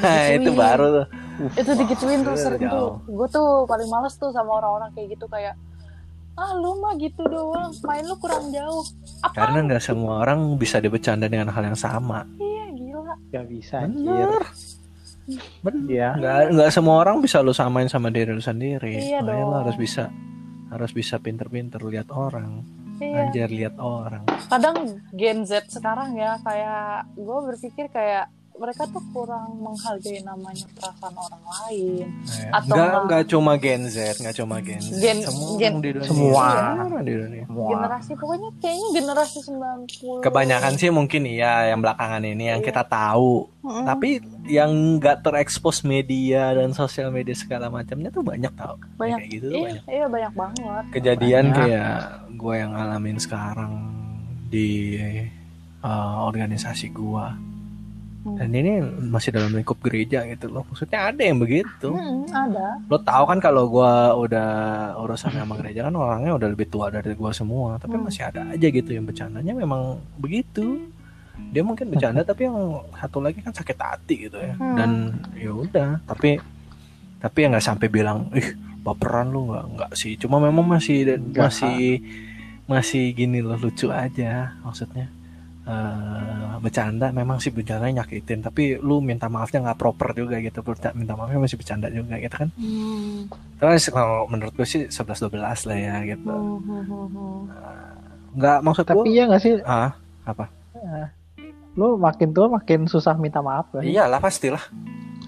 Speaker 2: nah itu
Speaker 1: Digituin.
Speaker 2: baru tuh
Speaker 1: itu digituin tuh
Speaker 2: Wah,
Speaker 1: sering
Speaker 2: jauh.
Speaker 1: tuh gue tuh paling males tuh sama orang-orang kayak gitu kayak ah lu mah gitu doang main lu kurang jauh
Speaker 2: karena
Speaker 1: apa
Speaker 2: nggak semua orang bisa dibercanda dengan hal yang sama
Speaker 1: iya gila
Speaker 5: Gak bisa. anjir.
Speaker 2: bener
Speaker 5: Iya.
Speaker 2: nggak nggak semua orang bisa lu samain sama diri lu sendiri
Speaker 1: Iya
Speaker 2: Makanya lu
Speaker 1: dong.
Speaker 2: harus bisa harus bisa pinter-pinter lihat orang
Speaker 1: iya
Speaker 2: anjir lihat orang Nah,
Speaker 1: kadang Gen Z sekarang ya kayak gue berpikir kayak mereka tuh kurang menghargai namanya perasaan orang lain Atau
Speaker 2: ya. nggak
Speaker 1: nggak-
Speaker 2: nggak cuma Gen Z nggak cuma Gen Z
Speaker 1: Gen-
Speaker 2: semua
Speaker 1: Gen-
Speaker 2: orang di dunia
Speaker 5: Semua.
Speaker 2: Semua orang di dunia
Speaker 1: generasi pokoknya kayaknya generasi 90
Speaker 2: kebanyakan sih mungkin iya yang belakangan ini yang
Speaker 1: Iya.
Speaker 2: kita tahu
Speaker 1: Mm-mm.
Speaker 2: tapi yang nggak terekspos media dan sosial media segala macamnya tuh banyak tau Yang
Speaker 1: Banyak.
Speaker 2: kayak gitu tuh
Speaker 1: iya,
Speaker 2: banyak
Speaker 1: iya banyak banget
Speaker 2: kejadian
Speaker 5: Banyak.
Speaker 2: kayak gue yang ngalamin sekarang di eh, organisasi gue
Speaker 1: Hmm.
Speaker 2: dan ini masih dalam lingkup gereja gitu loh maksudnya ada yang begitu
Speaker 1: Mm-mm, ada
Speaker 2: lo tahu kan kalau gua udah urusan sama gereja kan orangnya udah lebih tua dari gua semua tapi
Speaker 1: Hmm.
Speaker 2: masih ada aja gitu yang bercandanya memang begitu dia mungkin bercanda tapi yang satu lagi kan sakit hati gitu ya
Speaker 1: Hmm.
Speaker 2: dan ya udah tapi tapi ya nggak sampai bilang ih baperan lu nggak nggak sih cuma memang masih
Speaker 5: Nggak.
Speaker 2: masih masih gini loh lucu aja maksudnya eh bercanda memang sih bercanda nyakitin tapi lu minta maafnya nggak proper juga gitu Berca- minta maafnya masih bercanda juga gitu kan
Speaker 1: Hmm,
Speaker 2: Terus kalau menurut gue sih 11-12 lah ya gitu
Speaker 1: hmm, hmm, hmm, hmm.
Speaker 2: Nggak maksud
Speaker 5: Tapi
Speaker 2: gue
Speaker 5: iya gak sih?
Speaker 2: Ah, apa?
Speaker 5: Eh, Lu makin tua makin susah minta maaf kan?
Speaker 2: Iyalah iya pastilah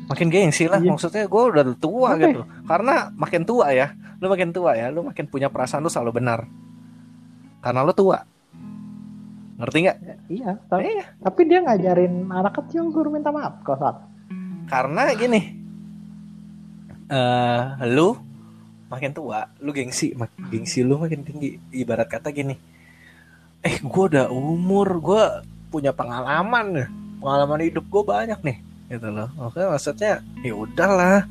Speaker 2: Makin gengsi lah
Speaker 5: Iya.
Speaker 2: Maksudnya gue udah tua
Speaker 5: Oke.
Speaker 2: gitu Karena makin tua ya Lu makin tua ya Lu makin punya perasaan lu selalu benar Karena lu tua Ngerti nggak?
Speaker 5: Iya. ta-
Speaker 2: Iya.
Speaker 5: Tapi dia ngajarin anak kecil guru minta maaf kok saat.
Speaker 2: Karena gini eh Lu makin tua Lu gengsi mak- Gengsi lu makin tinggi Ibarat kata gini Eh gue udah umur Gue punya pengalaman nih. Pengalaman hidup gue banyak nih Gitu loh Oke maksudnya Ya udahlah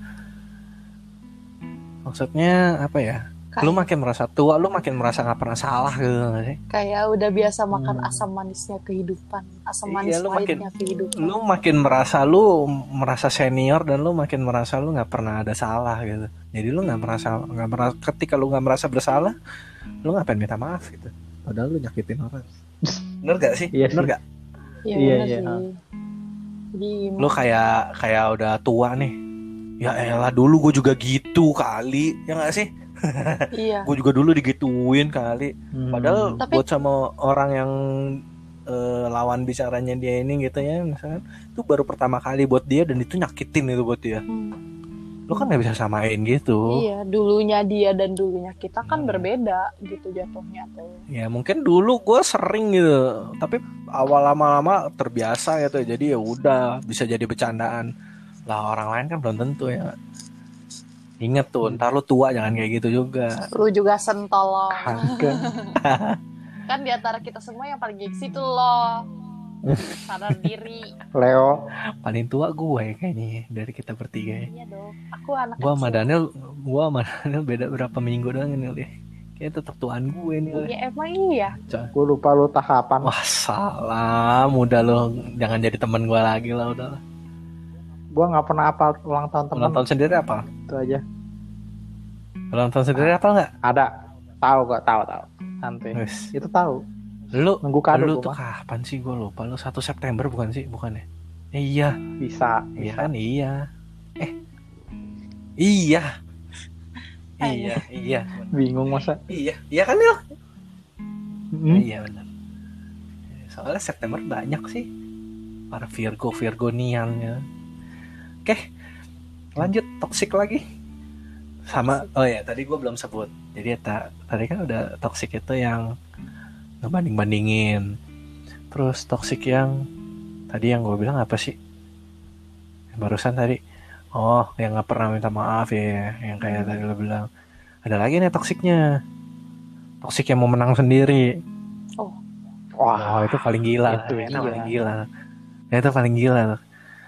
Speaker 2: Maksudnya apa ya Lu makin merasa tua Lu makin merasa nggak pernah salah gitu nggak sih?
Speaker 1: kayak udah biasa makan
Speaker 5: Hmm.
Speaker 1: asam manisnya kehidupan asam
Speaker 2: Iya,
Speaker 1: manis
Speaker 2: lu makin-
Speaker 1: pahitnya kehidupan
Speaker 2: Lu makin merasa Lu merasa senior Dan lu makin merasa Lu nggak pernah ada salah gitu Jadi lu nggak merasa
Speaker 5: Hmm.
Speaker 2: nggak merasa Ketika lu nggak merasa bersalah Lu ngapain minta maaf gitu
Speaker 8: Padahal lu nyakitin orang.
Speaker 2: Bener gak sih?
Speaker 5: Iya sih.
Speaker 2: Bener nggak?
Speaker 1: iya
Speaker 5: Iya,
Speaker 1: bener
Speaker 5: iya.
Speaker 1: sih jadi
Speaker 2: lu kayak kayak udah tua nih ya elah dulu gue juga gitu kali ya nggak sih
Speaker 1: iya
Speaker 2: gue juga dulu digituin kali
Speaker 5: Hmm.
Speaker 2: padahal
Speaker 1: Tapi-
Speaker 2: buat sama orang yang eh, lawan bicaranya dia ini gitu ya misalkan itu baru pertama kali buat dia dan itu nyakitin itu buat dia
Speaker 1: Hmm.
Speaker 2: lu kan nggak bisa samain
Speaker 5: Oh.
Speaker 2: gitu
Speaker 1: iya dulunya dia dan dulunya kita kan
Speaker 2: Hmm.
Speaker 1: berbeda gitu jatuhnya tuh
Speaker 2: ya mungkin dulu gue sering gitu tapi awal lama-lama terbiasa gitu jadi ya udah bisa jadi bercandaan lah orang lain kan belum tentu ya Ingat
Speaker 1: Hmm.
Speaker 2: tuh, ntar lu tua jangan kayak gitu juga.
Speaker 1: lu juga sentol
Speaker 5: Kan, kan.
Speaker 1: Kan di antara kita semua yang paling gengsi tuh lo. Sadar diri.
Speaker 5: Leo
Speaker 2: Paling tua gue kayaknya dari kita bertiga ya.
Speaker 1: Iya dong. Aku anak
Speaker 2: Gue sama
Speaker 1: kecil.
Speaker 2: Daniel, gue sama Daniel beda berapa minggu doang nih ya. Kayaknya tetap tuan gue nih.
Speaker 1: Ya emang iya.
Speaker 5: gue lupa lu tahapan
Speaker 2: Wah salam, udah lo jangan jadi temen gue lagi lah udah. lah.
Speaker 5: gue nggak pernah apal ulang tahun teman
Speaker 2: Ulang tahun sendiri apa?
Speaker 5: itu aja
Speaker 2: Ulang tahun sendiri
Speaker 1: Ah.
Speaker 2: apa nggak?
Speaker 5: ada tahu gak tahu tahu
Speaker 1: Iya.
Speaker 5: nanti
Speaker 2: Wes.
Speaker 5: itu tahu
Speaker 2: Lu,
Speaker 5: nunggu kado
Speaker 2: Iya. lu
Speaker 5: gua
Speaker 2: tuh
Speaker 5: mah.
Speaker 2: kapan sih gue lupa? Lu 1 September bukan sih? Bukan ya? Eh, iya,
Speaker 5: bisa
Speaker 2: iya
Speaker 5: bisa
Speaker 2: kan iya. Eh, iya. Iya, iya,
Speaker 5: bingung masa
Speaker 2: iya, iya kan Nil?
Speaker 5: Hmm?
Speaker 2: Iya benar. Soalnya September banyak sih para Virgo Virgoniannya. Oke, lanjut toxic lagi. Sama oh ya tadi gue belum sebut. Jadi ta- tadi kan udah toxic itu yang ngebanding bandingin. Terus toxic yang tadi yang gue bilang apa sih? Yang barusan tadi. Oh, yang nggak pernah minta maaf ya, yang kayak tadi lo bilang. Ada lagi nih toksiknya. Toksik yang mau menang sendiri. Wah, itu paling gila.
Speaker 5: itu
Speaker 2: Itu,
Speaker 5: iya.
Speaker 2: paling gila. Ya, itu paling gila.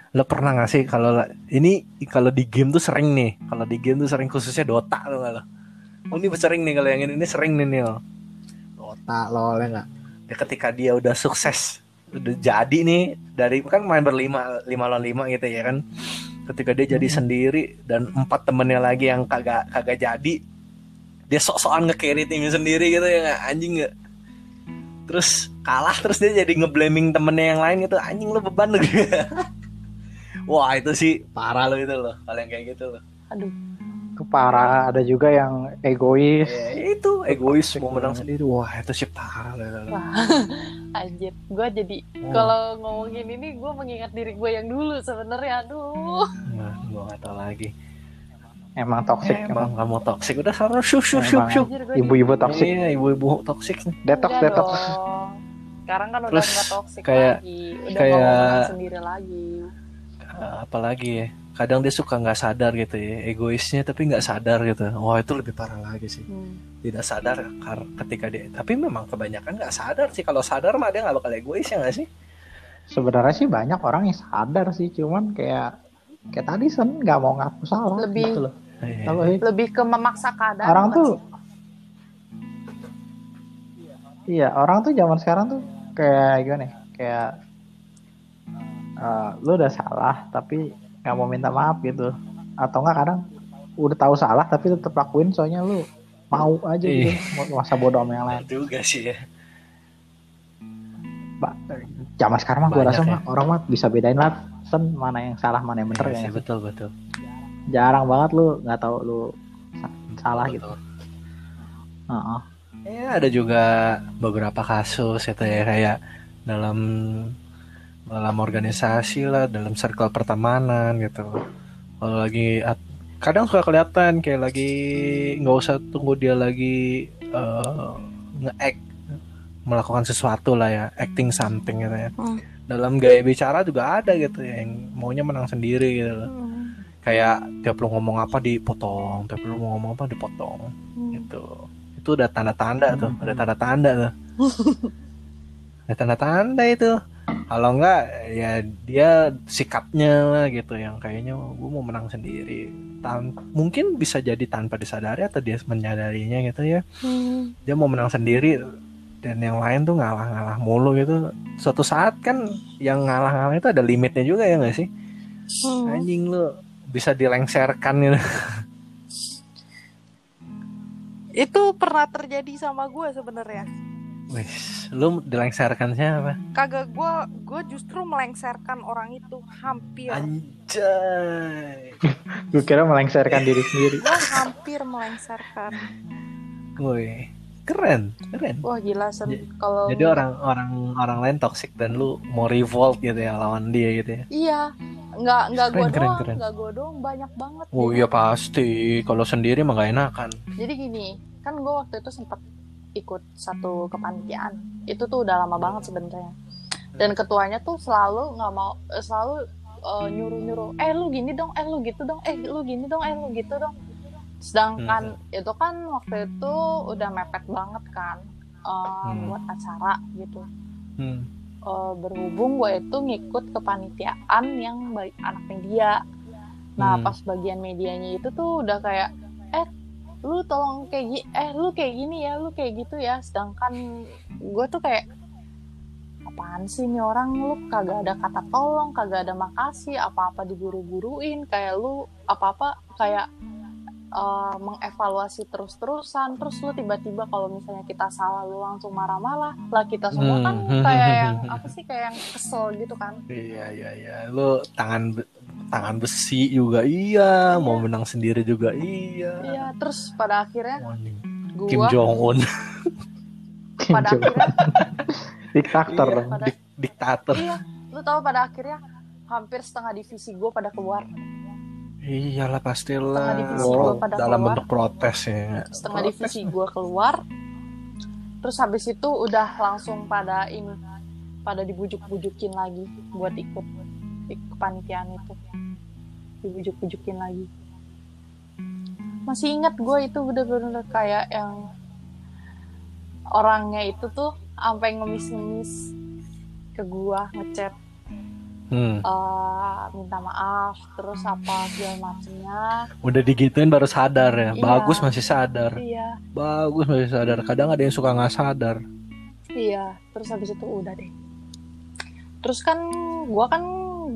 Speaker 2: Lo pernah gak sih kalau la- ini kalau di game tuh sering nih. Kalau di game tuh sering khususnya Dota lo nggak lo? Oh, ini sering nih kalau yang ini, ini sering nih Nil.
Speaker 8: Otak lo oleh nggak?
Speaker 2: Ya, ketika dia udah sukses, udah jadi nih dari kan main berlima lima lawan lima gitu ya kan. Ketika dia jadi sendiri dan empat temennya lagi yang kagak kagak jadi, dia sok-sokan nge-carry timnya sendiri gitu ya nggak? anjing nggak? terus kalah terus dia jadi ngeblaming temennya yang lain gitu anjing lu beban lu wah itu sih parah lo itu loh kalau yang kayak gitu loh
Speaker 5: itu parah ada juga yang
Speaker 3: Iya.
Speaker 5: egois
Speaker 2: Eh, itu egois mau menang sendiri wah itu sih parah lo itu loh.
Speaker 1: Anjir, gue jadi
Speaker 2: Oh.
Speaker 1: kalau ngomongin ini gue mengingat diri gue yang dulu sebenarnya. Aduh.
Speaker 2: Nah, gua nggak tahu lagi
Speaker 5: Ya, emang toksik
Speaker 2: Iya, emang kamu toksik udah sana syup syup syup
Speaker 5: Emang.
Speaker 2: syup
Speaker 1: Anjir, gua
Speaker 5: emang. ibu-ibu toksik
Speaker 2: Iya, ibu-ibu toksik
Speaker 5: detox
Speaker 1: Enggak
Speaker 5: detox
Speaker 1: dong. Sekarang kan udah
Speaker 2: Terus
Speaker 1: nggak toxic
Speaker 2: kayak-
Speaker 1: lagi, udah
Speaker 2: kayak-
Speaker 1: ngomong dengan sendiri lagi.
Speaker 2: Eh, apalagi ya kadang dia suka nggak sadar gitu ya egoisnya tapi nggak sadar gitu wah itu lebih parah lagi sih
Speaker 1: Hmm.
Speaker 2: tidak sadar kar- ketika dia tapi memang kebanyakan nggak sadar sih kalau sadar mah dia nggak bakal egois ya nggak sih
Speaker 5: sebenarnya sih banyak orang yang sadar sih cuman kayak kayak tadi sen nggak mau ngaku salah
Speaker 1: Lebih-
Speaker 5: gitu loh
Speaker 2: Iya.
Speaker 5: Kalau ini-
Speaker 1: Lebih ke memaksa keadaan.
Speaker 5: orang
Speaker 1: bukan
Speaker 5: tuh
Speaker 1: sih?
Speaker 5: iya orang tuh zaman sekarang tuh kayak gimana ya kayak eh, lu udah salah tapi nggak mau minta maaf gitu atau nggak kadang udah tahu salah tapi tetap lakuin soalnya lu mau aja gitu
Speaker 2: Iya.
Speaker 5: mau masa bodoh sama yang lain
Speaker 2: Bener juga sih ya
Speaker 5: Ba- zaman sekarang mah gue
Speaker 2: Banyak
Speaker 5: rasa
Speaker 2: ya.
Speaker 5: mah orang mah bisa bedain lah sen mana yang salah mana yang bener
Speaker 2: Iya
Speaker 5: ya
Speaker 2: sih, betul betul
Speaker 5: jarang banget lu nggak tahu lu sa- salah gitu
Speaker 2: Betul.
Speaker 5: Heeh.
Speaker 2: ya ada juga beberapa kasus itu ya kayak dalam dalam organisasi lah dalam circle pertemanan gitu kalau lagi at- kadang suka kelihatan kayak lagi nggak usah tunggu dia lagi eh, nge-act melakukan sesuatu lah ya acting something gitu ya
Speaker 1: Hmm.
Speaker 2: dalam gaya bicara juga ada gitu ya, yang maunya menang sendiri gitu loh
Speaker 1: Hmm.
Speaker 2: kayak tiap lu ngomong apa dipotong tiap lu mau ngomong apa dipotong
Speaker 1: Hmm.
Speaker 2: itu itu udah tanda-tanda tuh udah tanda-tanda tuh udah tanda-tanda itu kalau enggak ya dia sikapnya lah gitu yang kayaknya gue mau menang sendiri Tan- mungkin bisa jadi tanpa disadari atau dia menyadarinya gitu ya
Speaker 1: Hmm.
Speaker 2: dia mau menang sendiri dan yang lain tuh ngalah-ngalah mulu gitu suatu saat kan yang ngalah-ngalah itu ada limitnya juga ya nggak sih
Speaker 1: Hmm.
Speaker 2: anjing lu bisa dilengserkan gitu
Speaker 1: Itu pernah terjadi sama gue sebenarnya.
Speaker 2: Wis, lu dilengserkan siapa
Speaker 1: Kagak gue, gue justru melengsarkan orang itu hampir.
Speaker 2: Anjay.
Speaker 5: gue kira melengsarkan diri sendiri
Speaker 1: Gue hampir melengsarkan.
Speaker 2: Woi, keren, keren.
Speaker 1: Wah gila sen.
Speaker 2: Ja-
Speaker 1: Kalau
Speaker 2: Jadi orang orang orang lain toxic dan lu mau revolt gitu ya lawan dia gitu ya.
Speaker 1: Iya, nggak nggak gue
Speaker 2: Keren, keren,
Speaker 1: doang,
Speaker 2: keren.
Speaker 1: nggak gue doang banyak banget.
Speaker 2: Oh
Speaker 1: Jadi-
Speaker 2: iya pasti, kalau sendiri mah gak enakan.
Speaker 1: Jadi gini, kan gue waktu itu sempat ikut satu kepanitiaan. Itu tuh udah lama banget sebenarnya. Dan ketuanya tuh selalu nggak mau, eh, selalu nyuruh nyuruh. Eh lu gini dong, eh lu gitu dong, eh lu gini dong, eh lu gitu dong. Sedangkan itu kan waktu itu udah mepet banget kan. eh,
Speaker 2: Hmm.
Speaker 1: buat acara gitu.
Speaker 2: Hmm.
Speaker 1: Eh, berhubung gue itu ngikut kepanitiaan yang baik anak media. Nah
Speaker 2: Hmm.
Speaker 1: pas bagian medianya itu tuh udah kayak eh lu tolong kayak gi- eh lu kayak gini ya lu kayak gitu ya sedangkan gue tuh kayak apaan sih nih orang lu kagak ada kata tolong kagak ada makasih apa-apa diburu-buruin kayak lu apa-apa kayak eh, mengevaluasi terus-terusan terus lu tiba-tiba kalau misalnya kita salah lu langsung marah-marah lah kita semua kan
Speaker 2: Hmm.
Speaker 1: kayak yang apa sih kayak yang kesel gitu kan
Speaker 2: Iya iya iya. Lu tangan be- tangan besi juga
Speaker 1: Iya.
Speaker 2: iya, mau menang sendiri juga iya.
Speaker 1: iya terus pada akhirnya
Speaker 2: Kim
Speaker 1: gua
Speaker 2: Jong Un
Speaker 1: pada akhirnya
Speaker 5: Diktator
Speaker 2: Iya.
Speaker 5: dong.
Speaker 1: pada
Speaker 2: dik- diktator.
Speaker 1: iya lu tahu pada akhirnya hampir setengah divisi gue pada keluar Setengah
Speaker 2: Iyalah pastilah.
Speaker 1: divisi
Speaker 2: Pro-
Speaker 1: gua pada
Speaker 2: dalam
Speaker 1: keluar.
Speaker 2: bentuk protes ya.
Speaker 1: setengah
Speaker 2: Protes.
Speaker 1: divisi gue keluar terus habis itu udah langsung pada ini pada dibujuk-bujukin lagi buat ikut ik- kepanitiaan itu dibujuk-bujukin lagi masih ingat gue itu udah bener-bener kayak yang orangnya itu tuh sampai ngemis-ngemis ke gue ngechat
Speaker 2: Hmm.
Speaker 1: eh, minta maaf terus apa segala macemnya
Speaker 2: Udah digituin baru sadar ya.
Speaker 1: Iya.
Speaker 2: Bagus masih sadar.
Speaker 1: iya
Speaker 2: Bagus masih sadar. Kadang ada yang suka nggak sadar.
Speaker 1: iya terus habis itu udah deh terus kan gua kan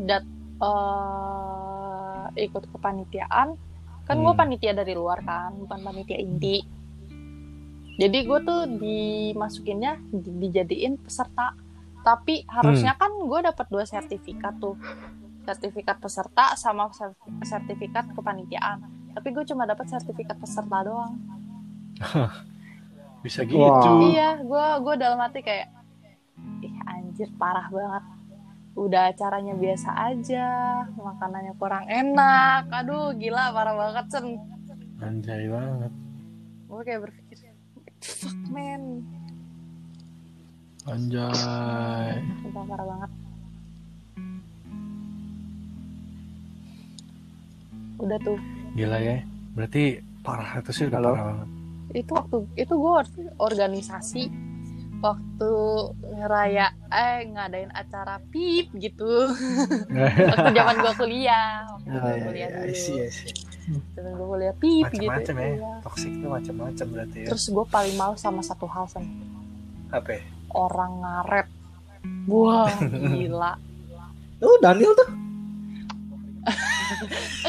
Speaker 1: dat eh, ikut kepanitiaan kan gua
Speaker 2: Hmm.
Speaker 1: panitia dari luar kan bukan panitia inti jadi gue tuh dimasukinnya di- dijadiin peserta tapi harusnya kan gue dapat dua sertifikat tuh sertifikat peserta sama ser- sertifikat kepanitiaan tapi gue cuma dapat sertifikat peserta doang
Speaker 2: Bisa gitu.
Speaker 5: Wah.
Speaker 1: Iya, gue gue dalam hati kayak, ih anjir parah banget. Udah acaranya biasa aja, makanannya kurang enak. Aduh, gila parah banget sen. Iya.
Speaker 2: Anjay banget.
Speaker 1: Gue kayak berpikir, fuck man,
Speaker 2: Anjay.
Speaker 1: Sumpah, parah banget. Udah tuh,
Speaker 2: Gila ya. Berarti parah itu sih udah
Speaker 5: Halo?
Speaker 2: parah banget.
Speaker 1: itu waktu itu gue organisasi waktu ngeraya eh ngadain acara pip gitu waktu zaman gue kuliah waktu
Speaker 2: Oh,
Speaker 1: gue
Speaker 2: iya,
Speaker 1: kuliah
Speaker 2: iya, I
Speaker 1: dulu
Speaker 2: see, I see.
Speaker 1: zaman gue kuliah pip gitu
Speaker 2: Macam-macam ya.
Speaker 1: Iya.
Speaker 2: Toxic itu macam-macam berarti ya.
Speaker 1: terus gue paling males sama satu hal sama
Speaker 2: Apa ya?
Speaker 1: orang ngaret wah gila
Speaker 2: Oh,
Speaker 8: Tuh Daniel tuh.
Speaker 1: Eh,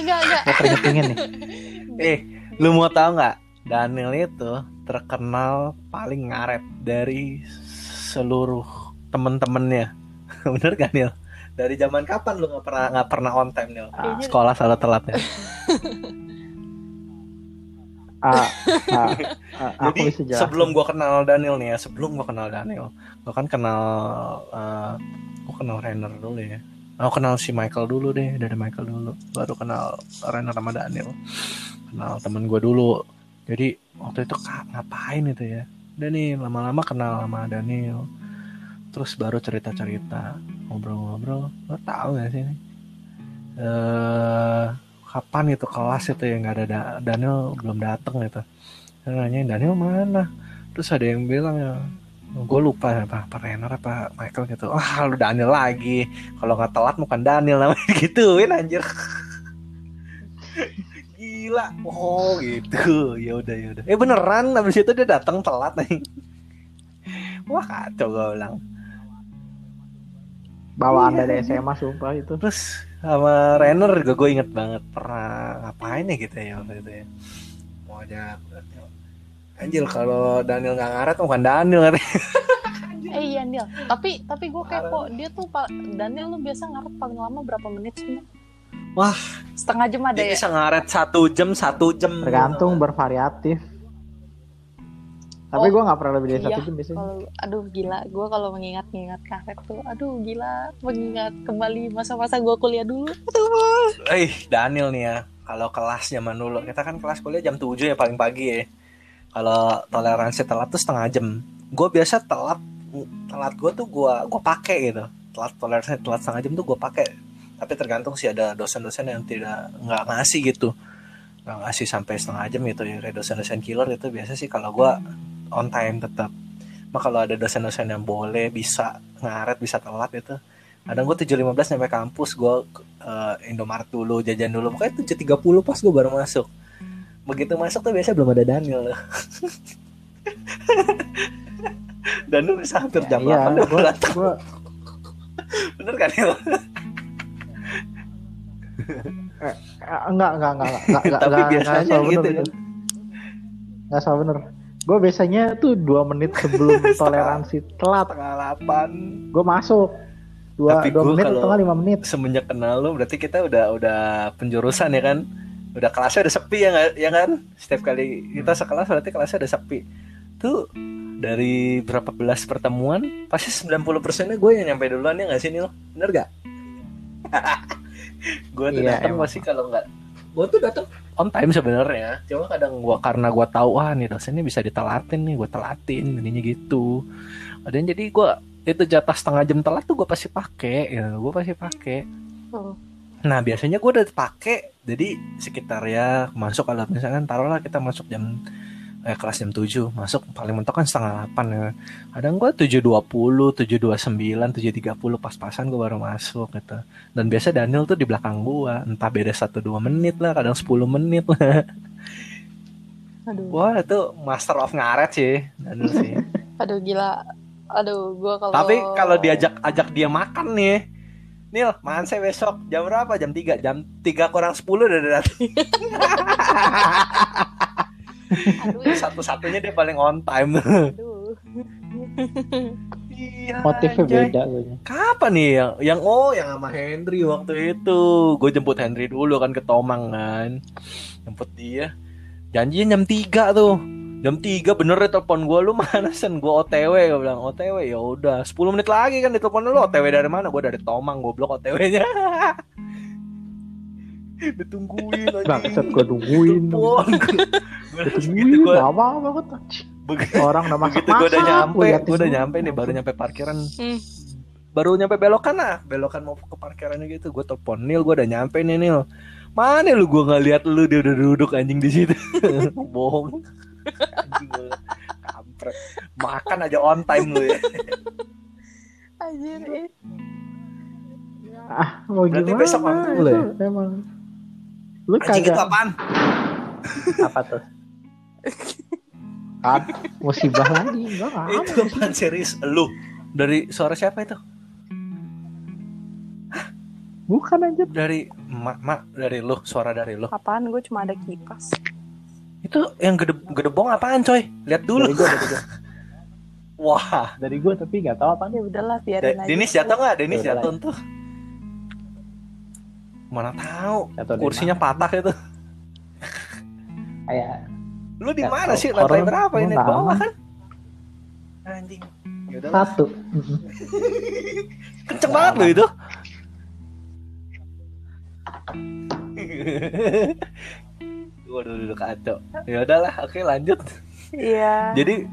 Speaker 1: enggak enggak
Speaker 3: Gue keringet dingin nih.
Speaker 2: Eh, lu mau tahu nggak? Daniel itu terkenal paling ngaret dari seluruh temen-temennya. Bener gak Nil? Dari zaman kapan lu nggak pernah nggak pernah on time Nil?
Speaker 1: Kayaknya-
Speaker 2: Sekolah selalu telat ya.
Speaker 5: Ah, ah, ah, aku
Speaker 2: Jadi
Speaker 5: bisa jelasin.
Speaker 2: sebelum gua kenal Daniel nih ya, sebelum gua kenal Daniel, gua kan kenal eh, gua kenal Rainer dulu ya. Aku kenal si Michael dulu deh, dari Michael dulu. Baru kenal Rainer sama Daniel. Kenal temen gua dulu. Jadi waktu itu "Kak, ngapain itu ya? Udah nih lama-lama kenal sama Daniel. Terus baru cerita-cerita, ngobrol-ngobrol. Lo tau gak sih ini? Eh, kapan itu kelas itu ya nggak ada Da- Daniel belum dateng gitu. Saya nanyain Daniel mana terus ada yang bilang ya gue lupa apa apa Renner apa Michael gitu ah lu Daniel lagi kalau nggak telat bukan Daniel namanya gituin anjir gila oh gitu ya udah ya udah eh beneran abis itu dia datang telat nih wah kacau gue bilang
Speaker 5: bawaan dari SMA sumpah itu.
Speaker 2: terus sama Renner juga gue inget banget pernah ngapain ya gitu ya waktu itu ya mau ajak Daniel Anjir kalau Daniel nggak ngaret bukan Daniel katanya.
Speaker 1: eh iya Nil tapi tapi gue kepo dia tuh pa- Daniel lu biasa ngaret paling lama berapa menit sih Nil?
Speaker 2: Wah. Iya.
Speaker 1: setengah jam ada
Speaker 2: Dia
Speaker 1: ya
Speaker 2: bisa ngaret satu jam satu jam.
Speaker 5: Tergantung bervariatif. Tapi
Speaker 1: Oh,
Speaker 5: gua nggak pernah lebih dari
Speaker 1: iya.
Speaker 5: satu jam biasanya.
Speaker 1: kalau aduh gila gue kalau mengingat-ingat karet tuh aduh gila mengingat kembali masa-masa gue kuliah dulu
Speaker 2: Eh Daniel nih ya. Kalau kelas zaman dulu kita kan kelas kuliah jam 7 ya paling pagi ya. Kalau toleransi telat tuh setengah jam. Gue biasa telat telat gue tuh gue gue pakai gitu. Telat toleransi telat setengah jam tuh gue pakai. Tapi tergantung sih ada dosen-dosen yang tidak nggak ngasih gitu. Nggak ngasih sampai setengah jam gitu ya. Kayak dosen-dosen killer itu biasa sih kalau gue on time tetap. mah kalau ada dosen-dosen yang boleh bisa ngaret bisa telat itu kadang gue 7.15 sampai kampus gue eh, Indomaret dulu jajan dulu pokoknya 7.30 pas gue baru masuk begitu masuk tuh biasanya belum ada Daniel loh Daniel bisa hampir jam
Speaker 3: Iya,
Speaker 2: 8 udah
Speaker 3: gua,
Speaker 2: datang.
Speaker 3: gua
Speaker 2: bener kan Nil?
Speaker 3: eh, enggak enggak enggak enggak enggak enggak
Speaker 2: tapi
Speaker 3: enggak,
Speaker 2: biasanya
Speaker 3: salah bener,
Speaker 2: gitu
Speaker 3: bener.
Speaker 2: kan
Speaker 3: Enggak salah bener. Gue biasanya tuh dua menit sebelum toleransi telat
Speaker 2: setengah 8
Speaker 3: gue masuk dua
Speaker 2: Tapi
Speaker 3: dua
Speaker 2: gua
Speaker 3: menit
Speaker 2: kalau-
Speaker 3: atau nggak lima menit
Speaker 2: semenjak kenal lo berarti kita udah udah penjurusan ya kan udah kelasnya udah sepi ya nggak ya kan setiap kali kita sekelas berarti kelasnya udah sepi tuh dari berapa belas pertemuan pasti 90 persennya gue yang nyampe duluan ya nggak sih Nil bener gak? gue tuh
Speaker 3: Iya,
Speaker 2: datang
Speaker 3: emang.
Speaker 2: pasti kalau nggak gue tuh datang on time sebenarnya cuma kadang gua karena gua tahu ah nih dosennya bisa ditelatin nih gue telatin jadinya gitu ada yang jadi gua itu jatah setengah jam telat tuh gue pasti pakai ya gue pasti pakai
Speaker 1: Oh.
Speaker 2: nah biasanya gue udah pakai jadi sekitar ya masuk kalau misalkan taruhlah kita masuk jam eh, kelas jam 7 masuk paling mentok kan setengah 8 ya. kadang gue 7.20 7.29 7.30 pas-pasan gue baru masuk gitu dan biasa Daniel tuh di belakang gua entah beda 1-2 menit lah kadang 10 menit lah
Speaker 1: Aduh.
Speaker 2: wah itu master of ngaret sih Daniel sih
Speaker 1: Aduh gila. Aduh, gua kalau
Speaker 2: Tapi kalau diajak ajak dia makan nih. Nil, makan saya besok. Jam berapa? Jam 3. Jam 3 kurang 10 udah datang.
Speaker 1: aduh,
Speaker 2: Satu-satunya dia paling on time.
Speaker 1: aduh.
Speaker 2: Iya.
Speaker 3: motifnya
Speaker 2: anjay.
Speaker 3: beda kayaknya.
Speaker 2: Kapan nih yang, yang oh yang sama Henry waktu itu. Gue jemput Henry dulu kan ke Tomang kan. Jemput dia. Janjinya jam 3 tuh. Jam 3 bener ya telepon gue lu mana sen gue OTW gue bilang OTW ya udah 10 menit lagi kan ditelepon lu OTW dari mana gue dari Tomang goblok OTW-nya ditungguin anjing.
Speaker 3: bangsat gue nungguin
Speaker 2: Telepon. Gua- gitu
Speaker 3: nungguin
Speaker 2: gue
Speaker 3: gak apa apa gue orang udah masak
Speaker 2: begitu gue udah nyampe
Speaker 3: liatin
Speaker 2: gue udah
Speaker 3: semua.
Speaker 2: nyampe nih baru nyampe parkiran
Speaker 1: Hmm.
Speaker 2: baru nyampe belokan lah belokan mau ke parkirannya gitu gue telepon Nil gue udah nyampe nih Nil mana lu gue nggak lihat lu dia udah duduk anjing di situ bohong anjing lu kampret makan aja on time lu ya
Speaker 1: Anjir, eh.
Speaker 3: ah mau
Speaker 2: Berarti
Speaker 3: gimana
Speaker 2: besok waktu
Speaker 3: itu
Speaker 8: lu ya?
Speaker 3: emang lu
Speaker 2: anjing itu
Speaker 3: kagak
Speaker 2: apaan
Speaker 3: apa tuh kan musibah lagi enggak apa
Speaker 2: itu apaan serius lu dari suara siapa itu
Speaker 3: bukan aja
Speaker 2: dari mak mak dari lu suara dari lu
Speaker 1: Apaan gue cuma ada kipas.
Speaker 2: itu yang gede gedebong apaan coy lihat dulu
Speaker 3: dari gue dari gue
Speaker 2: wah
Speaker 3: dari gue tapi nggak tahu apa
Speaker 1: Ya udahlah biarin aja.
Speaker 2: Eh, Denis jatuh nggak? Denis
Speaker 3: Udah lah.
Speaker 2: jatuh tuh. Mana tahu
Speaker 3: Jatuh di
Speaker 2: kursinya patah itu.
Speaker 3: kayak
Speaker 2: Lu di
Speaker 3: Nggak
Speaker 2: mana
Speaker 3: tahu.
Speaker 2: sih? Lantai
Speaker 3: Horor.
Speaker 2: berapa ini?
Speaker 3: Nggak
Speaker 2: Bawah
Speaker 3: Ya, tahu.
Speaker 2: kan? Anjing. Yaudah lah.
Speaker 3: satu
Speaker 2: Kenceng banget lu itu. Waduh, duduk kacau. Ya udahlah, oke lanjut.
Speaker 1: Iya.
Speaker 2: Jadi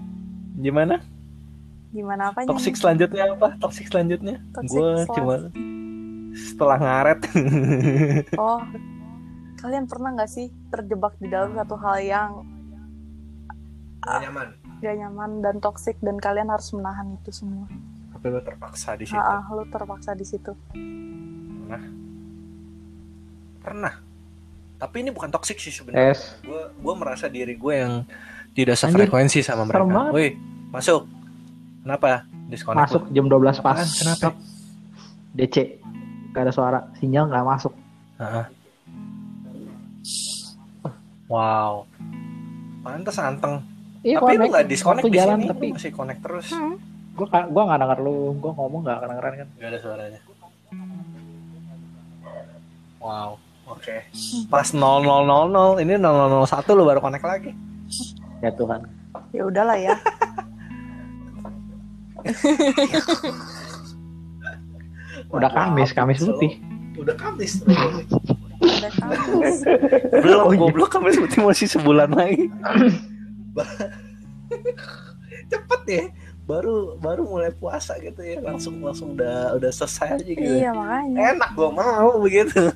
Speaker 2: gimana?
Speaker 1: Gimana apanya?
Speaker 2: Toxic selanjutnya apa? Toxic selanjutnya?
Speaker 1: Toxic
Speaker 2: Gue
Speaker 1: slut.
Speaker 2: cuma setelah ngaret.
Speaker 1: Oh, kalian pernah nggak sih terjebak di dalam satu hal yang Ah.
Speaker 2: nyaman.
Speaker 1: gak nyaman dan toksik dan kalian harus menahan itu semua.
Speaker 2: Tapi lu terpaksa di situ.
Speaker 1: Ah, ah, lu terpaksa di situ.
Speaker 2: pernah tapi ini bukan toksik sih sebenarnya
Speaker 3: es
Speaker 2: gue gue merasa diri gue yang tidak
Speaker 3: Anjir,
Speaker 2: sefrekuensi sama mereka
Speaker 3: serem banget.
Speaker 2: woi masuk kenapa disconnect
Speaker 3: masuk jam 12 pas
Speaker 2: Apaan? Kenapa?
Speaker 3: Stop. DC gak ada suara sinyal nggak masuk
Speaker 2: Heeh. wow pantas anteng
Speaker 3: Iya,
Speaker 2: tapi lu
Speaker 3: connect.
Speaker 2: nggak disconnect
Speaker 3: Waktu
Speaker 2: di
Speaker 3: jalan,
Speaker 2: sini
Speaker 3: tapi Hmm.
Speaker 2: lu masih connect terus
Speaker 1: Hmm?
Speaker 3: gua ka- gua nggak denger lu gua ngomong nggak kedengeran kan
Speaker 2: nggak ada suaranya wow oke
Speaker 3: Hmm.
Speaker 2: pas 0000 ini 0001 lu baru connect lagi
Speaker 3: ya Tuhan
Speaker 1: Ya udahlah ya.
Speaker 3: udah Kamis Kamis putih
Speaker 2: udah Kamis
Speaker 1: Udah kampus.
Speaker 2: belum goblok Kamis putih masih sebulan lagi cepet ya baru baru mulai puasa gitu ya langsung langsung udah udah selesai aja gitu
Speaker 1: iya makanya.
Speaker 2: enak gua mau begitu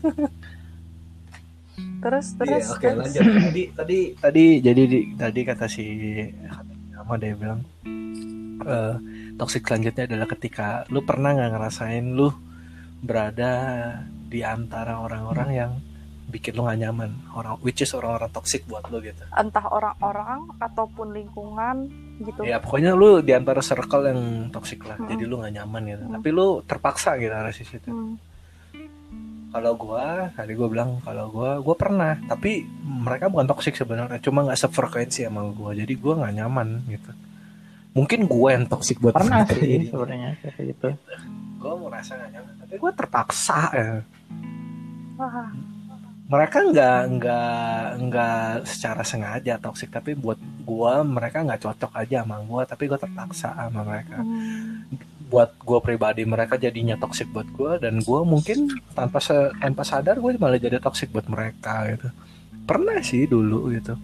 Speaker 1: Terus terus.
Speaker 2: iya oke
Speaker 1: terus.
Speaker 2: lanjut tadi tadi tadi jadi di- tadi kata si sama dia bilang eh, toxic selanjutnya adalah ketika lu pernah nggak ngerasain lu berada di antara orang-orang yang bikin lu gak nyaman orang which is orang-orang toxic buat lu gitu
Speaker 1: entah orang-orang ataupun lingkungan gitu
Speaker 2: ya pokoknya lu di antara circle yang toxic lah
Speaker 1: Mm-mm.
Speaker 2: jadi lu gak nyaman gitu
Speaker 1: Mm.
Speaker 2: tapi lu terpaksa gitu harus di situ
Speaker 1: Hmm.
Speaker 2: kalau gua tadi gua bilang kalau gua gua pernah tapi mereka bukan toksik sebenarnya cuma nggak sefrekuensi sama gua jadi gua nggak nyaman gitu mungkin gua yang toksik buat
Speaker 3: pernah
Speaker 2: mereka,
Speaker 3: sih
Speaker 2: jadi
Speaker 3: sebenarnya kayak gitu
Speaker 2: gua merasa nggak nyaman tapi gua terpaksa ya.
Speaker 1: Wah,
Speaker 2: mereka nggak nggak nggak secara sengaja toksik tapi buat gua mereka nggak cocok aja sama gua tapi gua terpaksa sama mereka
Speaker 1: hmm.
Speaker 2: buat gue pribadi mereka jadinya toxic buat gue dan gue mungkin tanpa se- tanpa sadar gue malah jadi toxic buat mereka gitu pernah sih dulu gitu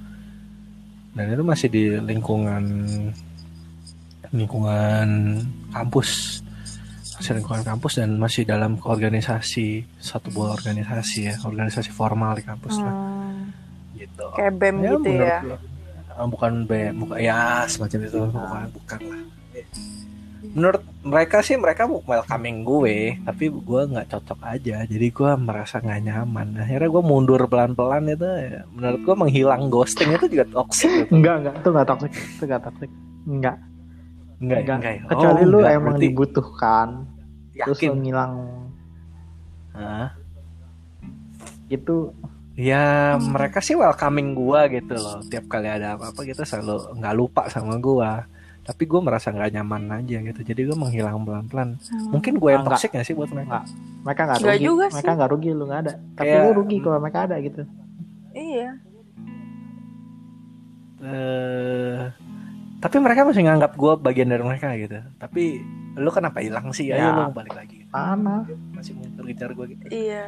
Speaker 2: dan itu masih di lingkungan lingkungan kampus masih lingkungan kampus dan masih dalam organisasi satu buah organisasi ya organisasi formal di kampus lah
Speaker 1: Hmm.
Speaker 2: gitu
Speaker 1: kayak bem
Speaker 3: Kan
Speaker 1: gitu
Speaker 2: menurut
Speaker 1: ya
Speaker 2: gua. Ah, bukan B, bukan ya semacam itu,
Speaker 3: Iya.
Speaker 2: bukan, bukan lah. Menurut mereka sih mereka welcoming gue, tapi gue nggak cocok aja. Jadi gue merasa nggak nyaman. Akhirnya gue mundur pelan-pelan itu. ya. Menurut gue menghilang ghosting itu juga toxic. Gitu.
Speaker 3: enggak enggak itu enggak toxic itu enggak toxic enggak
Speaker 2: Enggak,
Speaker 3: enggak.
Speaker 2: ya.
Speaker 3: kecuali
Speaker 2: Oh,
Speaker 3: lu
Speaker 2: enggak,
Speaker 3: emang
Speaker 2: berarti
Speaker 3: dibutuhkan terus
Speaker 2: yakin.
Speaker 3: lu ngilang
Speaker 2: Hah?
Speaker 3: gitu
Speaker 2: Ya mereka sih welcoming gua gitu loh. Tiap kali ada apa-apa gitu selalu nggak lupa sama gua. Tapi gue merasa nggak nyaman aja gitu. Jadi gue menghilang pelan-pelan.
Speaker 1: Hmm.
Speaker 2: Mungkin gue yang
Speaker 3: Enggak.
Speaker 2: toxic gak sih buat mereka?
Speaker 3: Enggak. mereka enggak
Speaker 1: Enggak
Speaker 3: rugi
Speaker 1: juga
Speaker 3: mereka
Speaker 1: sih.
Speaker 3: enggak rugi lu enggak ada tapi
Speaker 2: Kayak-
Speaker 3: lu rugi kalau mereka ada gitu
Speaker 1: iya
Speaker 2: eh tapi mereka masih nganggap gue bagian dari mereka gitu. Tapi lu kenapa hilang sih? Ayo
Speaker 3: Ya.
Speaker 2: lu balik lagi.
Speaker 3: mana
Speaker 2: Masih muncul ngejar gue gitu.
Speaker 1: iya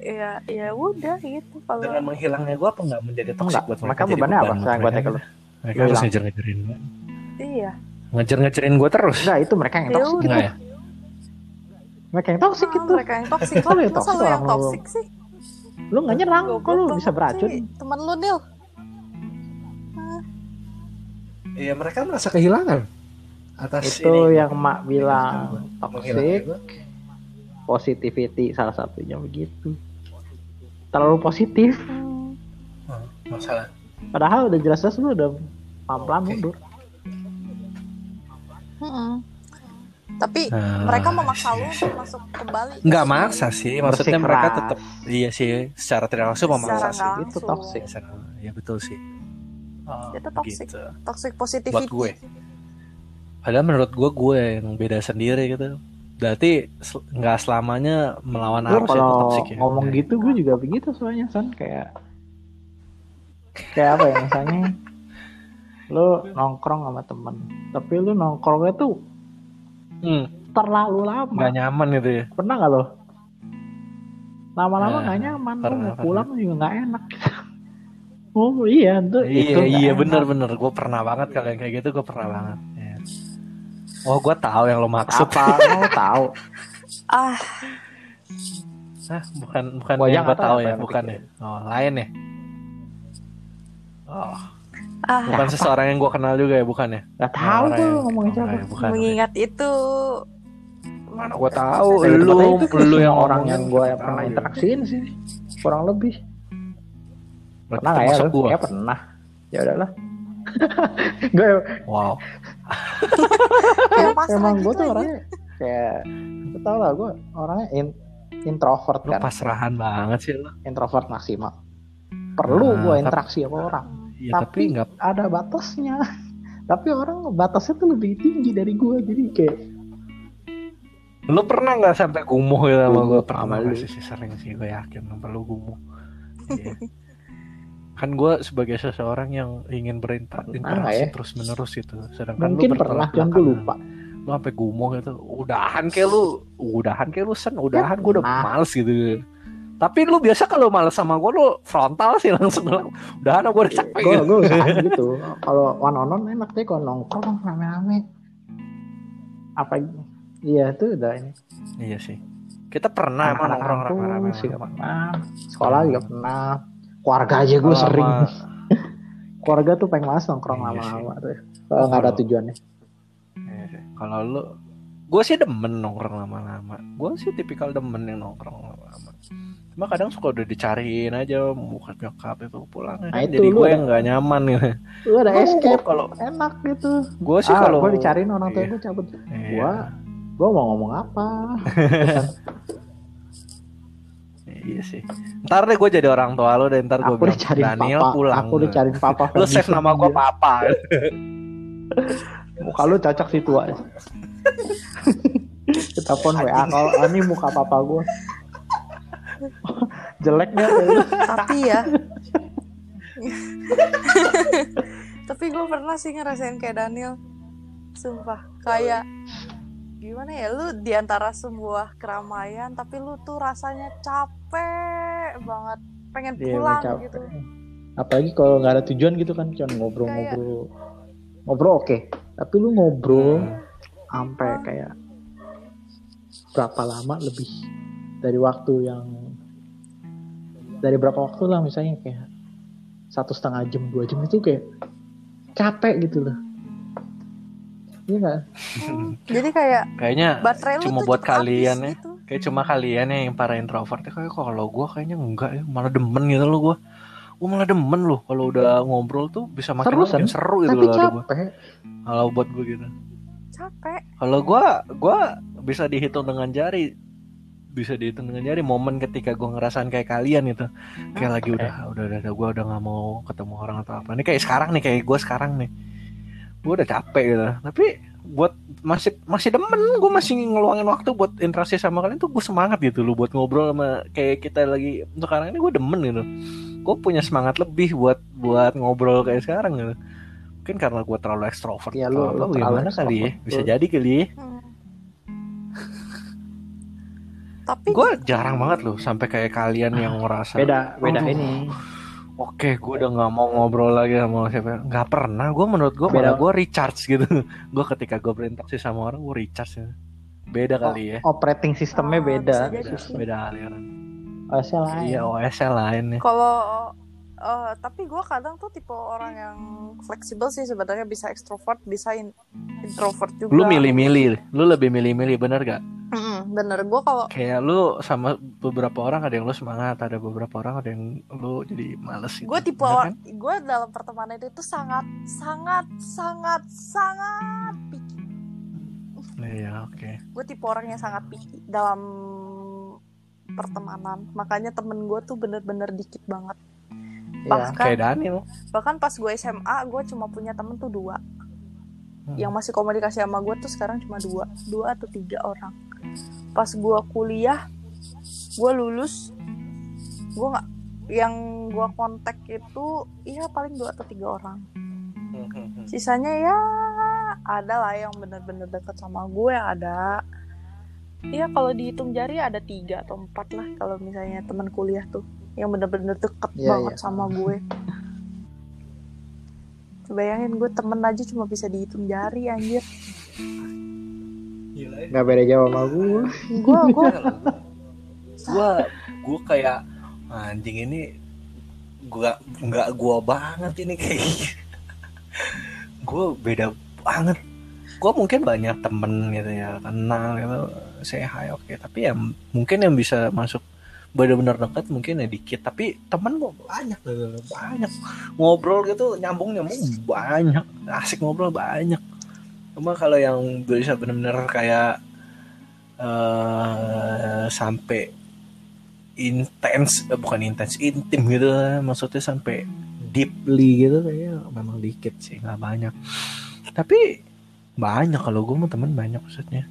Speaker 1: iya ya udah gitu
Speaker 2: Dengan
Speaker 1: kalau
Speaker 2: menghilangnya gue apa nggak menjadi toksik
Speaker 3: enggak
Speaker 2: buat mereka?
Speaker 3: mereka
Speaker 2: Jadi
Speaker 3: bebannya apa
Speaker 2: beban buat
Speaker 3: sekarang gua
Speaker 2: mereka. gitu.
Speaker 3: tanya ke lu
Speaker 2: Mereka harus
Speaker 3: Hilang.
Speaker 2: ngejar-ngejarin gue.
Speaker 1: iya
Speaker 2: Ngejar-ngejarin gue terus.
Speaker 3: enggak itu mereka yang
Speaker 1: Ya
Speaker 3: toxic
Speaker 1: udah.
Speaker 3: gitu
Speaker 2: Enggak ya?
Speaker 3: mereka yang toxic
Speaker 1: Ah,
Speaker 3: gitu
Speaker 1: mereka yang toksik
Speaker 3: Masa lu yang
Speaker 1: masa
Speaker 3: toksik
Speaker 1: lu yang
Speaker 3: orang lu?
Speaker 1: toksik sih
Speaker 3: lu enggak nyerang kok lu
Speaker 1: Goblok
Speaker 3: bisa
Speaker 1: banget
Speaker 3: beracun
Speaker 1: sih. teman lu nil
Speaker 2: Iya mereka merasa
Speaker 8: kehilangan
Speaker 2: atas
Speaker 3: itu
Speaker 2: ini.
Speaker 3: yang mak bilang
Speaker 2: Menghilangnya
Speaker 3: toxic
Speaker 2: gua.
Speaker 3: positivity salah satunya begitu terlalu positif
Speaker 1: Hmm.
Speaker 2: Masalah.
Speaker 3: padahal udah jelas-jelas lu udah pelan-pelan
Speaker 2: Oke.
Speaker 3: mundur
Speaker 1: Mm-mm. tapi
Speaker 2: Ah,
Speaker 1: mereka memaksa lu
Speaker 2: iya.
Speaker 1: untuk masuk kembali
Speaker 2: Nggak maksa sih, Ya, maksudnya mereka
Speaker 3: Bersikeras.
Speaker 2: tetap iya sih secara tidak langsung
Speaker 1: Secara
Speaker 2: memaksa
Speaker 1: nggak
Speaker 2: sih.
Speaker 1: langsung.
Speaker 3: itu toxic
Speaker 2: Ya betul sih. Oh,
Speaker 1: Itu toxic.
Speaker 2: gitu.
Speaker 1: toxic positivity
Speaker 2: buat gue. Padahal menurut gue gue yang beda sendiri gitu. Berarti sel- nggak selamanya melawan
Speaker 3: Gue
Speaker 2: arus
Speaker 3: kalau
Speaker 2: itu toksik ya.
Speaker 3: ngomong
Speaker 2: Nah,
Speaker 3: gitu gue juga begitu soalnya son kayak kayak apa ya misalnya lu nongkrong sama temen tapi lu nongkrongnya tuh
Speaker 2: hmm,
Speaker 3: terlalu lama
Speaker 2: nggak nyaman gitu ya.
Speaker 3: pernah nggak lo lama-lama
Speaker 2: Nah,
Speaker 3: nggak nyaman lu
Speaker 2: pernah,
Speaker 3: mau pulang juga nggak enak oh iya tuh itu
Speaker 2: Iya
Speaker 3: nggak
Speaker 2: iya
Speaker 3: enak.
Speaker 2: bener-bener gue pernah banget kalau yang kayak gitu gue pernah banget. Ya. Oh gue tahu yang lo maksud.
Speaker 3: apa mau tahu
Speaker 1: ah
Speaker 2: Hah, bukan bukan
Speaker 3: Wayang
Speaker 2: yang gue
Speaker 3: atau
Speaker 2: tahu
Speaker 3: apa
Speaker 2: ya,
Speaker 3: yang lo
Speaker 2: bukan ya.
Speaker 3: pikirin?
Speaker 2: Oh lain ya. Oh,
Speaker 1: ah
Speaker 2: bukan seseorang yang gue kenal juga ya, bukan ya?
Speaker 3: nggak tahu
Speaker 2: Orang
Speaker 3: gue
Speaker 2: yang-
Speaker 3: ngomongin
Speaker 2: orang
Speaker 3: siapa
Speaker 2: yang Bukan.
Speaker 1: mengingat itu
Speaker 2: Mana gue tahu
Speaker 3: Ya,
Speaker 2: lu
Speaker 3: tempatnya itu
Speaker 2: lu yang
Speaker 3: semua orang
Speaker 2: ngomongin,
Speaker 3: yang gue
Speaker 2: gua tahu
Speaker 3: pernah
Speaker 2: ya.
Speaker 3: interaksiin sih kurang lebih
Speaker 2: Berarti
Speaker 3: pernah nggak ya
Speaker 2: termasuk
Speaker 3: lu?
Speaker 2: gua.
Speaker 3: Ya pernah. Ya udahlah. gue
Speaker 2: Wow.
Speaker 1: kayak pasrah
Speaker 3: emang
Speaker 1: gitu
Speaker 3: gue tuh
Speaker 1: aja.
Speaker 3: orangnya kayak lu tau lah gue orangnya in- introvert
Speaker 2: Lu
Speaker 3: kan,
Speaker 2: pasrahan banget sih lu.
Speaker 3: introvert maksimal. Perlu
Speaker 2: Nah,
Speaker 3: gue
Speaker 2: tapi-
Speaker 3: interaksi sama orang,
Speaker 2: Iya
Speaker 3: Tapi-
Speaker 2: tapi nggak
Speaker 3: ada batasnya. Tapi orang batasnya tuh lebih tinggi dari gue, jadi kayak
Speaker 2: lu pernah nggak sampai kumuh gitu sama gue
Speaker 3: Kumuh
Speaker 2: pernah
Speaker 3: sama lu.
Speaker 2: sih sih, sering sih gue yakin sampai lu kumuh. Iya. kan gue sebagai seseorang yang ingin
Speaker 3: Pernah
Speaker 2: berinteraksi
Speaker 3: ya?
Speaker 2: terus menerus gitu, sedangkan
Speaker 3: mungkin
Speaker 2: lu bertolak
Speaker 3: pernah, kan gue
Speaker 2: belakang.
Speaker 3: lupa.
Speaker 2: Lu sampai kumuh gitu, udahan kayak lu, udahan kayak lu sen, udahan gue udah
Speaker 3: pernah.
Speaker 2: males gitu. Tapi lu biasa kalau males sama gue lu frontal sih langsung udahan gue udah capek.
Speaker 3: Gue
Speaker 2: gitu.
Speaker 3: gue usahain gitu. Kalau one on one enak deh, kalau nongkrong rame-rame. Apa? Iya tuh udah ini.
Speaker 2: Iya sih. Kita pernah emang
Speaker 3: anak-anak
Speaker 2: nongkrong rame-rame.
Speaker 3: kampus juga pernah sekolah juga pernah keluarga aja gue
Speaker 2: Kalau
Speaker 3: sering
Speaker 2: sama-
Speaker 3: keluarga tuh pengen mas nongkrong
Speaker 2: Iya sih.
Speaker 3: lama-lama tuh kalau nggak ada
Speaker 2: Kalau-
Speaker 3: tujuannya
Speaker 2: Iya sih. Kalau lu gue sih demen nongkrong lama-lama. Gue sih tipikal demen yang nongkrong lama-lama. Cuma kadang suka udah dicariin aja bukan nyokap itu pulang. ya kan?
Speaker 5: Nah, itu
Speaker 2: Jadi
Speaker 5: lu
Speaker 2: gue
Speaker 5: ada-
Speaker 2: yang nggak nyaman gitu.
Speaker 5: Lu ada
Speaker 2: Gua-
Speaker 5: escape
Speaker 2: Kalau
Speaker 5: enak gitu.
Speaker 2: gue sih
Speaker 5: ah,
Speaker 2: kalau
Speaker 5: gua dicariin orang tua
Speaker 2: Iya.
Speaker 5: gua cabut.
Speaker 2: Iya.
Speaker 5: Gua gua mau ngomong apa?
Speaker 2: Iya sih. Ntar deh gue jadi orang tua lo dan ntar gue
Speaker 5: Aku dicariin
Speaker 2: Daniel
Speaker 5: papa.
Speaker 2: pulang.
Speaker 5: Aku dicariin papa.
Speaker 2: Lo save nama gue Papa.
Speaker 5: Muka lu cocok sih tua. Kita pun WA kalau ah, ini muka papa gua. Jelek dia.
Speaker 1: tapi ya tapi gue pernah sih ngerasain kayak Daniel sumpah kayak gimana ya lu diantara sebuah keramaian tapi lu tuh rasanya capek banget pengen
Speaker 5: Iya,
Speaker 1: pulang
Speaker 5: capek.
Speaker 1: gitu
Speaker 5: Apalagi kalau nggak ada tujuan gitu kan, cuman ngobrol-ngobrol. Ngobrol oke, tapi lu
Speaker 2: Hmm.
Speaker 5: ngobrol sampai kayak berapa lama lebih dari waktu yang dari berapa waktu lah misalnya kayak satu setengah jam dua jam itu kayak capek gitu loh iya nggak
Speaker 1: Hmm. jadi kayak
Speaker 2: Kayaknya
Speaker 1: baterai lu
Speaker 2: Cuma
Speaker 1: tuh
Speaker 2: buat
Speaker 1: cepet habis
Speaker 2: kalian ya.
Speaker 1: gitu.
Speaker 2: kayak cuma kalian ya yang para introvert ya kayak kalau gue kayaknya enggak ya malah demen gitu lo gue gue malah demen loh kalau udah ngobrol tuh bisa makin
Speaker 5: Seru,
Speaker 2: lama makin seru gitu
Speaker 5: tapi
Speaker 2: loh ada gua.
Speaker 5: capek
Speaker 2: kalau buat gue gitu
Speaker 1: capek
Speaker 2: kalau gue gue bisa dihitung dengan jari bisa dihitung dengan jari momen ketika gue ngerasain kayak kalian gitu kayak lagi udah udah udah, udah gue udah nggak mau ketemu orang atau apa nih kayak sekarang nih kayak gue sekarang nih gue udah capek gitu tapi buat masih masih demen gue masih ngeluangin waktu buat interaksi sama kalian tuh gue semangat gitu loh buat ngobrol sama kayak kita lagi sekarang ini gue demen gitu gue punya semangat lebih buat buat ngobrol kayak sekarang gitu mungkin karena gue terlalu ekstrovert
Speaker 5: Iya, lu- lu
Speaker 2: atau apa,
Speaker 5: terlalu
Speaker 2: gimana kali ya
Speaker 5: ekstrovert.
Speaker 2: bisa
Speaker 5: Lu-
Speaker 2: jadi kali ya
Speaker 1: Hmm. tapi
Speaker 2: gue jarang banget loh sampai kayak kalian yang ngerasa
Speaker 5: Ah, beda beda
Speaker 2: Aduh.
Speaker 5: ini
Speaker 2: Oke, gue udah nggak mau ngobrol lagi sama siapa. ya. Nggak pernah. Gue menurut gue malah
Speaker 5: Beda.
Speaker 2: gue recharge gitu. gue ketika gue berinteraksi sama orang gue recharge. gitu. Beda
Speaker 5: Oh.
Speaker 2: kali ya.
Speaker 5: operating sistemnya
Speaker 1: Ah,
Speaker 5: beda Ah,
Speaker 1: bisa jadi.
Speaker 2: Beda, beda aliran.
Speaker 5: OSL lain.
Speaker 2: Iya OSL lainnya.
Speaker 1: Kalau eh, tapi gue kadang tuh tipe orang yang fleksibel sih sebenarnya bisa ekstrovert bisa in- introvert juga.
Speaker 2: Lu milih-milih. Lu lebih milih-milih bener gak?
Speaker 1: Mm-mm, bener gue kalau
Speaker 2: Kayak lu sama beberapa orang ada yang lu semangat, ada beberapa orang ada yang lu jadi males. Gitu.
Speaker 1: gue tipe orang
Speaker 2: Bener
Speaker 1: gue dalam pertemanan itu tuh sangat sangat sangat sangat picky.
Speaker 2: kan? Iya oke.
Speaker 1: Gue tipe orang yang sangat picky dalam pertemanan makanya temen gue tuh bener-bener dikit banget.
Speaker 5: Iya.
Speaker 1: Bahkan
Speaker 2: Kayak Daniel.
Speaker 1: bahkan pas gue SMA gue cuma punya temen tuh dua
Speaker 2: Hmm.
Speaker 1: yang masih komunikasi sama gue tuh sekarang cuma dua dua atau tiga orang pas gue kuliah gue lulus gue nggak yang gue kontak itu ya paling dua atau tiga orang sisanya ya ada lah yang bener-bener deket sama gue ada ya kalau dihitung jari ada tiga atau empat lah kalau misalnya teman kuliah tuh yang bener-bener deket
Speaker 5: Iya,
Speaker 1: banget sama gue bayangin gue temen aja cuma bisa dihitung jari anjir
Speaker 5: nggak beda jauh sama gua
Speaker 1: gue gue
Speaker 2: gua gua kayak anjing ini gua nggak gua banget ini kayak gini." gua beda banget gua mungkin banyak temen gitu ya kenal gitu saya hi oke tapi ya mungkin yang bisa masuk benar-benar dekat mungkin ya dikit tapi temen gua banyak gitu loh, banyak ngobrol gitu nyambung nyambung banyak asik ngobrol banyak cuma kalau yang bisa benar-benar kayak eh sampai intens eh, bukan intens intim gitu lah. maksudnya sampai deeply gitu kayaknya memang dikit sih nggak banyak tapi banyak kalau gue mau temen banyak maksudnya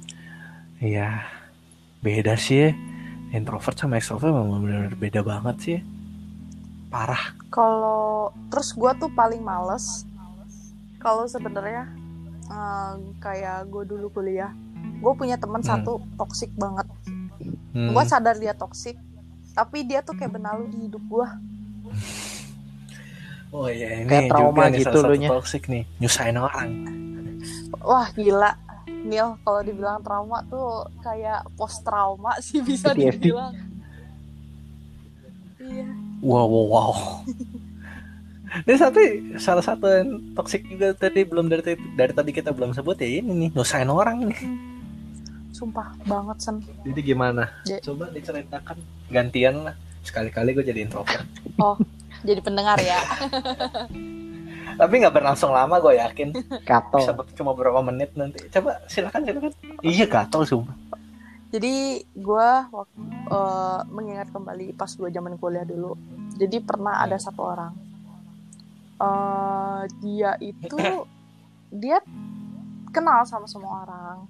Speaker 2: iya beda sih ya. introvert sama extrovert memang benar beda banget sih ya. parah
Speaker 1: kalau terus gue tuh paling males kalau sebenarnya eh, kayak gue dulu kuliah gue punya teman
Speaker 2: Hmm.
Speaker 1: satu toksik banget
Speaker 2: Hmm.
Speaker 1: gue sadar dia toksik tapi dia tuh kayak benalu di hidup gue
Speaker 2: oh iya ini
Speaker 5: Kayak trauma
Speaker 2: juga nih
Speaker 5: gitu
Speaker 2: salah satu
Speaker 5: lunya.
Speaker 2: toxic nih nyusahin orang
Speaker 1: wah gila Nil kalau dibilang trauma tuh kayak post trauma sih bisa
Speaker 5: PTSD.
Speaker 1: dibilang iya
Speaker 2: wow wow wow Ini tapi salah satu yang toksik juga tadi belum dari dari tadi kita belum sebut ya ini nih nyusahin orang nih.
Speaker 1: Sumpah banget sen.
Speaker 2: Jadi gimana?
Speaker 1: Ya.
Speaker 2: Coba diceritakan gantian lah. Sekali-kali gue jadi introvert.
Speaker 1: Jadi pendengar ya.
Speaker 2: Tapi nggak berlangsung lama gue yakin. Bisa
Speaker 1: Oh.
Speaker 3: Gatel.
Speaker 2: ber- cuma beberapa menit nanti. Coba silakan silakan. Iya gatel sumpah.
Speaker 1: Jadi gue waktu eh, mengingat kembali pas gue zaman kuliah dulu. Jadi pernah ada satu orang. Eh, dia itu dia kenal sama semua orang.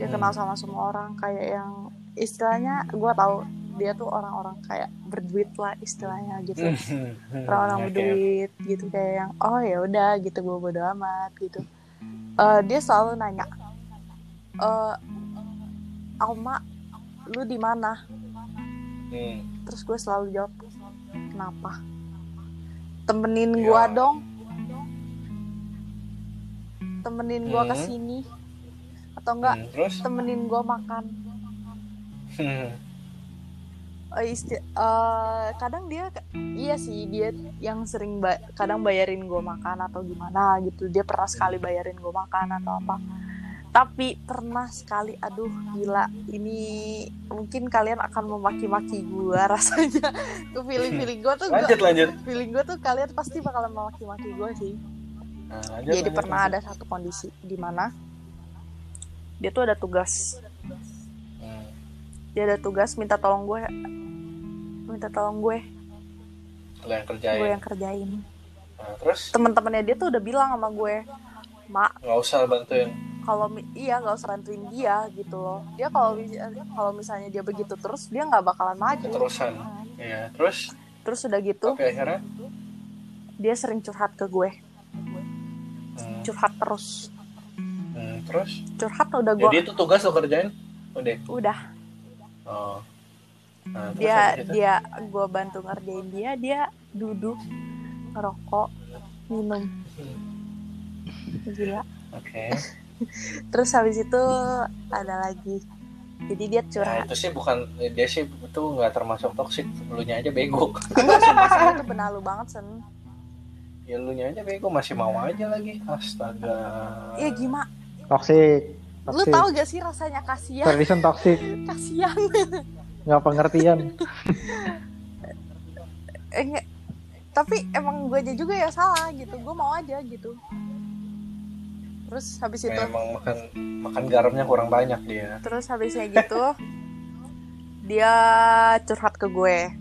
Speaker 1: Dia kenal sama semua orang kayak yang istilahnya gue tahu dia tuh orang-orang kayak berduit lah istilahnya gitu.
Speaker 2: Hmm.
Speaker 1: orang-orang berduit gitu kayak yang oh ya udah gitu gue bodo amat gitu Eh, dia selalu nanya eh Alma lu di mana
Speaker 2: Hmm.
Speaker 1: terus gue selalu jawab kenapa temenin
Speaker 2: Ya.
Speaker 1: gua dong temenin gua
Speaker 2: Hmm.
Speaker 1: kesini atau enggak
Speaker 2: Terus? Hmm.
Speaker 1: temenin gua makan Eh, isti- eh, kadang dia iya sih dia yang sering ba- kadang bayarin gue makan atau gimana gitu dia pernah sekali bayarin gue makan atau apa tapi pernah sekali aduh gila ini mungkin kalian akan memaki-maki gue rasanya tuh feeling feeling gue tuh
Speaker 2: Lanjut
Speaker 1: gua,
Speaker 2: lanjut.
Speaker 1: feeling gue tuh kalian pasti bakalan memaki-maki gue sih
Speaker 2: Nah, lanjut,
Speaker 1: jadi
Speaker 2: lanjut,
Speaker 1: pernah
Speaker 2: lanjut.
Speaker 1: ada satu kondisi di mana dia tuh ada tugas
Speaker 2: Hmm.
Speaker 1: dia ada tugas minta tolong gue minta tolong gue
Speaker 2: Lo yang kerjain.
Speaker 1: gue yang kerjain
Speaker 2: Nah, terus
Speaker 1: teman-temannya dia tuh udah bilang sama gue mak
Speaker 2: nggak usah bantuin.
Speaker 1: kalau mi- iya nggak usah bantuin dia gitu loh dia kalau mi- kalau misalnya dia begitu terus dia nggak bakalan maju
Speaker 2: Keterusan. Iya. Terus?
Speaker 1: terus udah gitu
Speaker 2: Tapi akhirnya?
Speaker 1: dia sering curhat ke gue
Speaker 2: Hmm,
Speaker 1: curhat terus
Speaker 2: hmm, terus?
Speaker 1: curhat udah gue
Speaker 2: Jadi itu tugas lo kerjain? Udah.
Speaker 1: udah
Speaker 2: Oh. Nah, terus
Speaker 1: dia
Speaker 2: habis itu?
Speaker 1: dia gue bantu ngerjain dia dia duduk ngerokok minum gila
Speaker 2: Oke.
Speaker 1: terus habis itu ada lagi jadi dia
Speaker 2: Nah,
Speaker 1: curhat
Speaker 2: itu sih bukan dia sih itu nggak termasuk toksik. Elunya aja bego.
Speaker 1: enggak sumpah saya tuh benalu banget sen
Speaker 2: Ya elunya aja bego masih mau aja lagi. Astaga.
Speaker 1: ya gimana
Speaker 3: Toxic.
Speaker 1: lu
Speaker 3: Toxic.
Speaker 1: tahu ya? gak sih rasanya kasihan
Speaker 3: Tradition toxic.
Speaker 1: kasihan
Speaker 3: Nggak pengertian.
Speaker 1: Eh, nge- tapi emang gue aja juga ya salah gitu gue mau aja gitu terus habis itu
Speaker 2: Memang makan makan garamnya kurang banyak dia.
Speaker 1: terus habisnya gitu dia curhat ke gue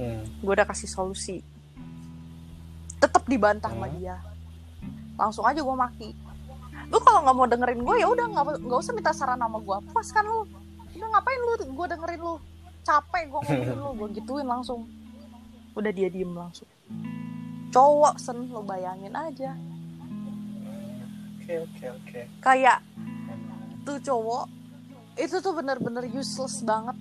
Speaker 2: Hmm.
Speaker 1: gue udah kasih solusi tetap dibantah sama
Speaker 2: Hmm.
Speaker 1: dia langsung aja gue maki lu kalau nggak mau dengerin gue ya udah nggak nggak usah minta saran sama gue puas kan lu udah ngapain lu gue dengerin lu capek gue ngomongin lu gue gituin langsung udah dia diem langsung cowok sen lo bayangin aja
Speaker 2: Oke oke oke.
Speaker 1: kayak tuh cowok itu tuh bener-bener useless banget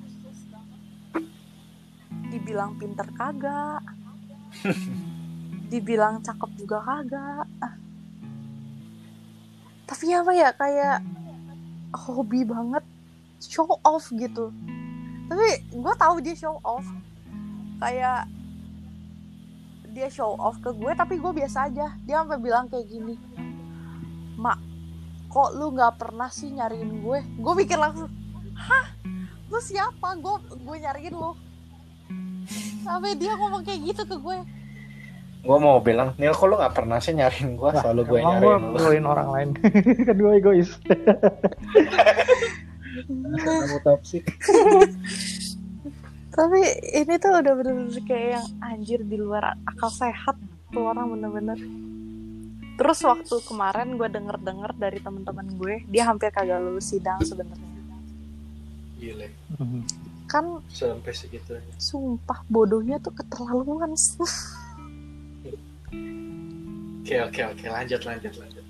Speaker 1: dibilang pinter kagak dibilang cakep juga kagak tapi apa ya kayak hobi banget show off gitu tapi gue tahu dia show off kayak dia show off ke gue tapi gue biasa aja dia sampai bilang kayak gini kok lu nggak pernah sih nyariin gue gue pikir langsung hah lu siapa gue gue nyariin lu sampai dia ngomong kayak gitu ke gue
Speaker 2: Gue mau bilang, Nil kok lo nggak pernah sih nyariin gue, selalu gue
Speaker 3: Emang gue
Speaker 2: nyariin lo.
Speaker 3: ngeluin orang lain. kan gue egois.
Speaker 8: Kamu toksik.
Speaker 1: tapi ini tuh udah bener-bener kayak yang anjir di luar akal sehat tuh orang bener-bener terus waktu kemarin gue denger-denger dari teman-teman gue dia hampir kagak lulus sidang sebenarnya
Speaker 2: Gile,
Speaker 3: Mhm.
Speaker 1: kan
Speaker 2: sampai segitu.
Speaker 1: sumpah bodohnya tuh keterlaluan
Speaker 2: Oke oke oke, lanjut lanjut lanjut.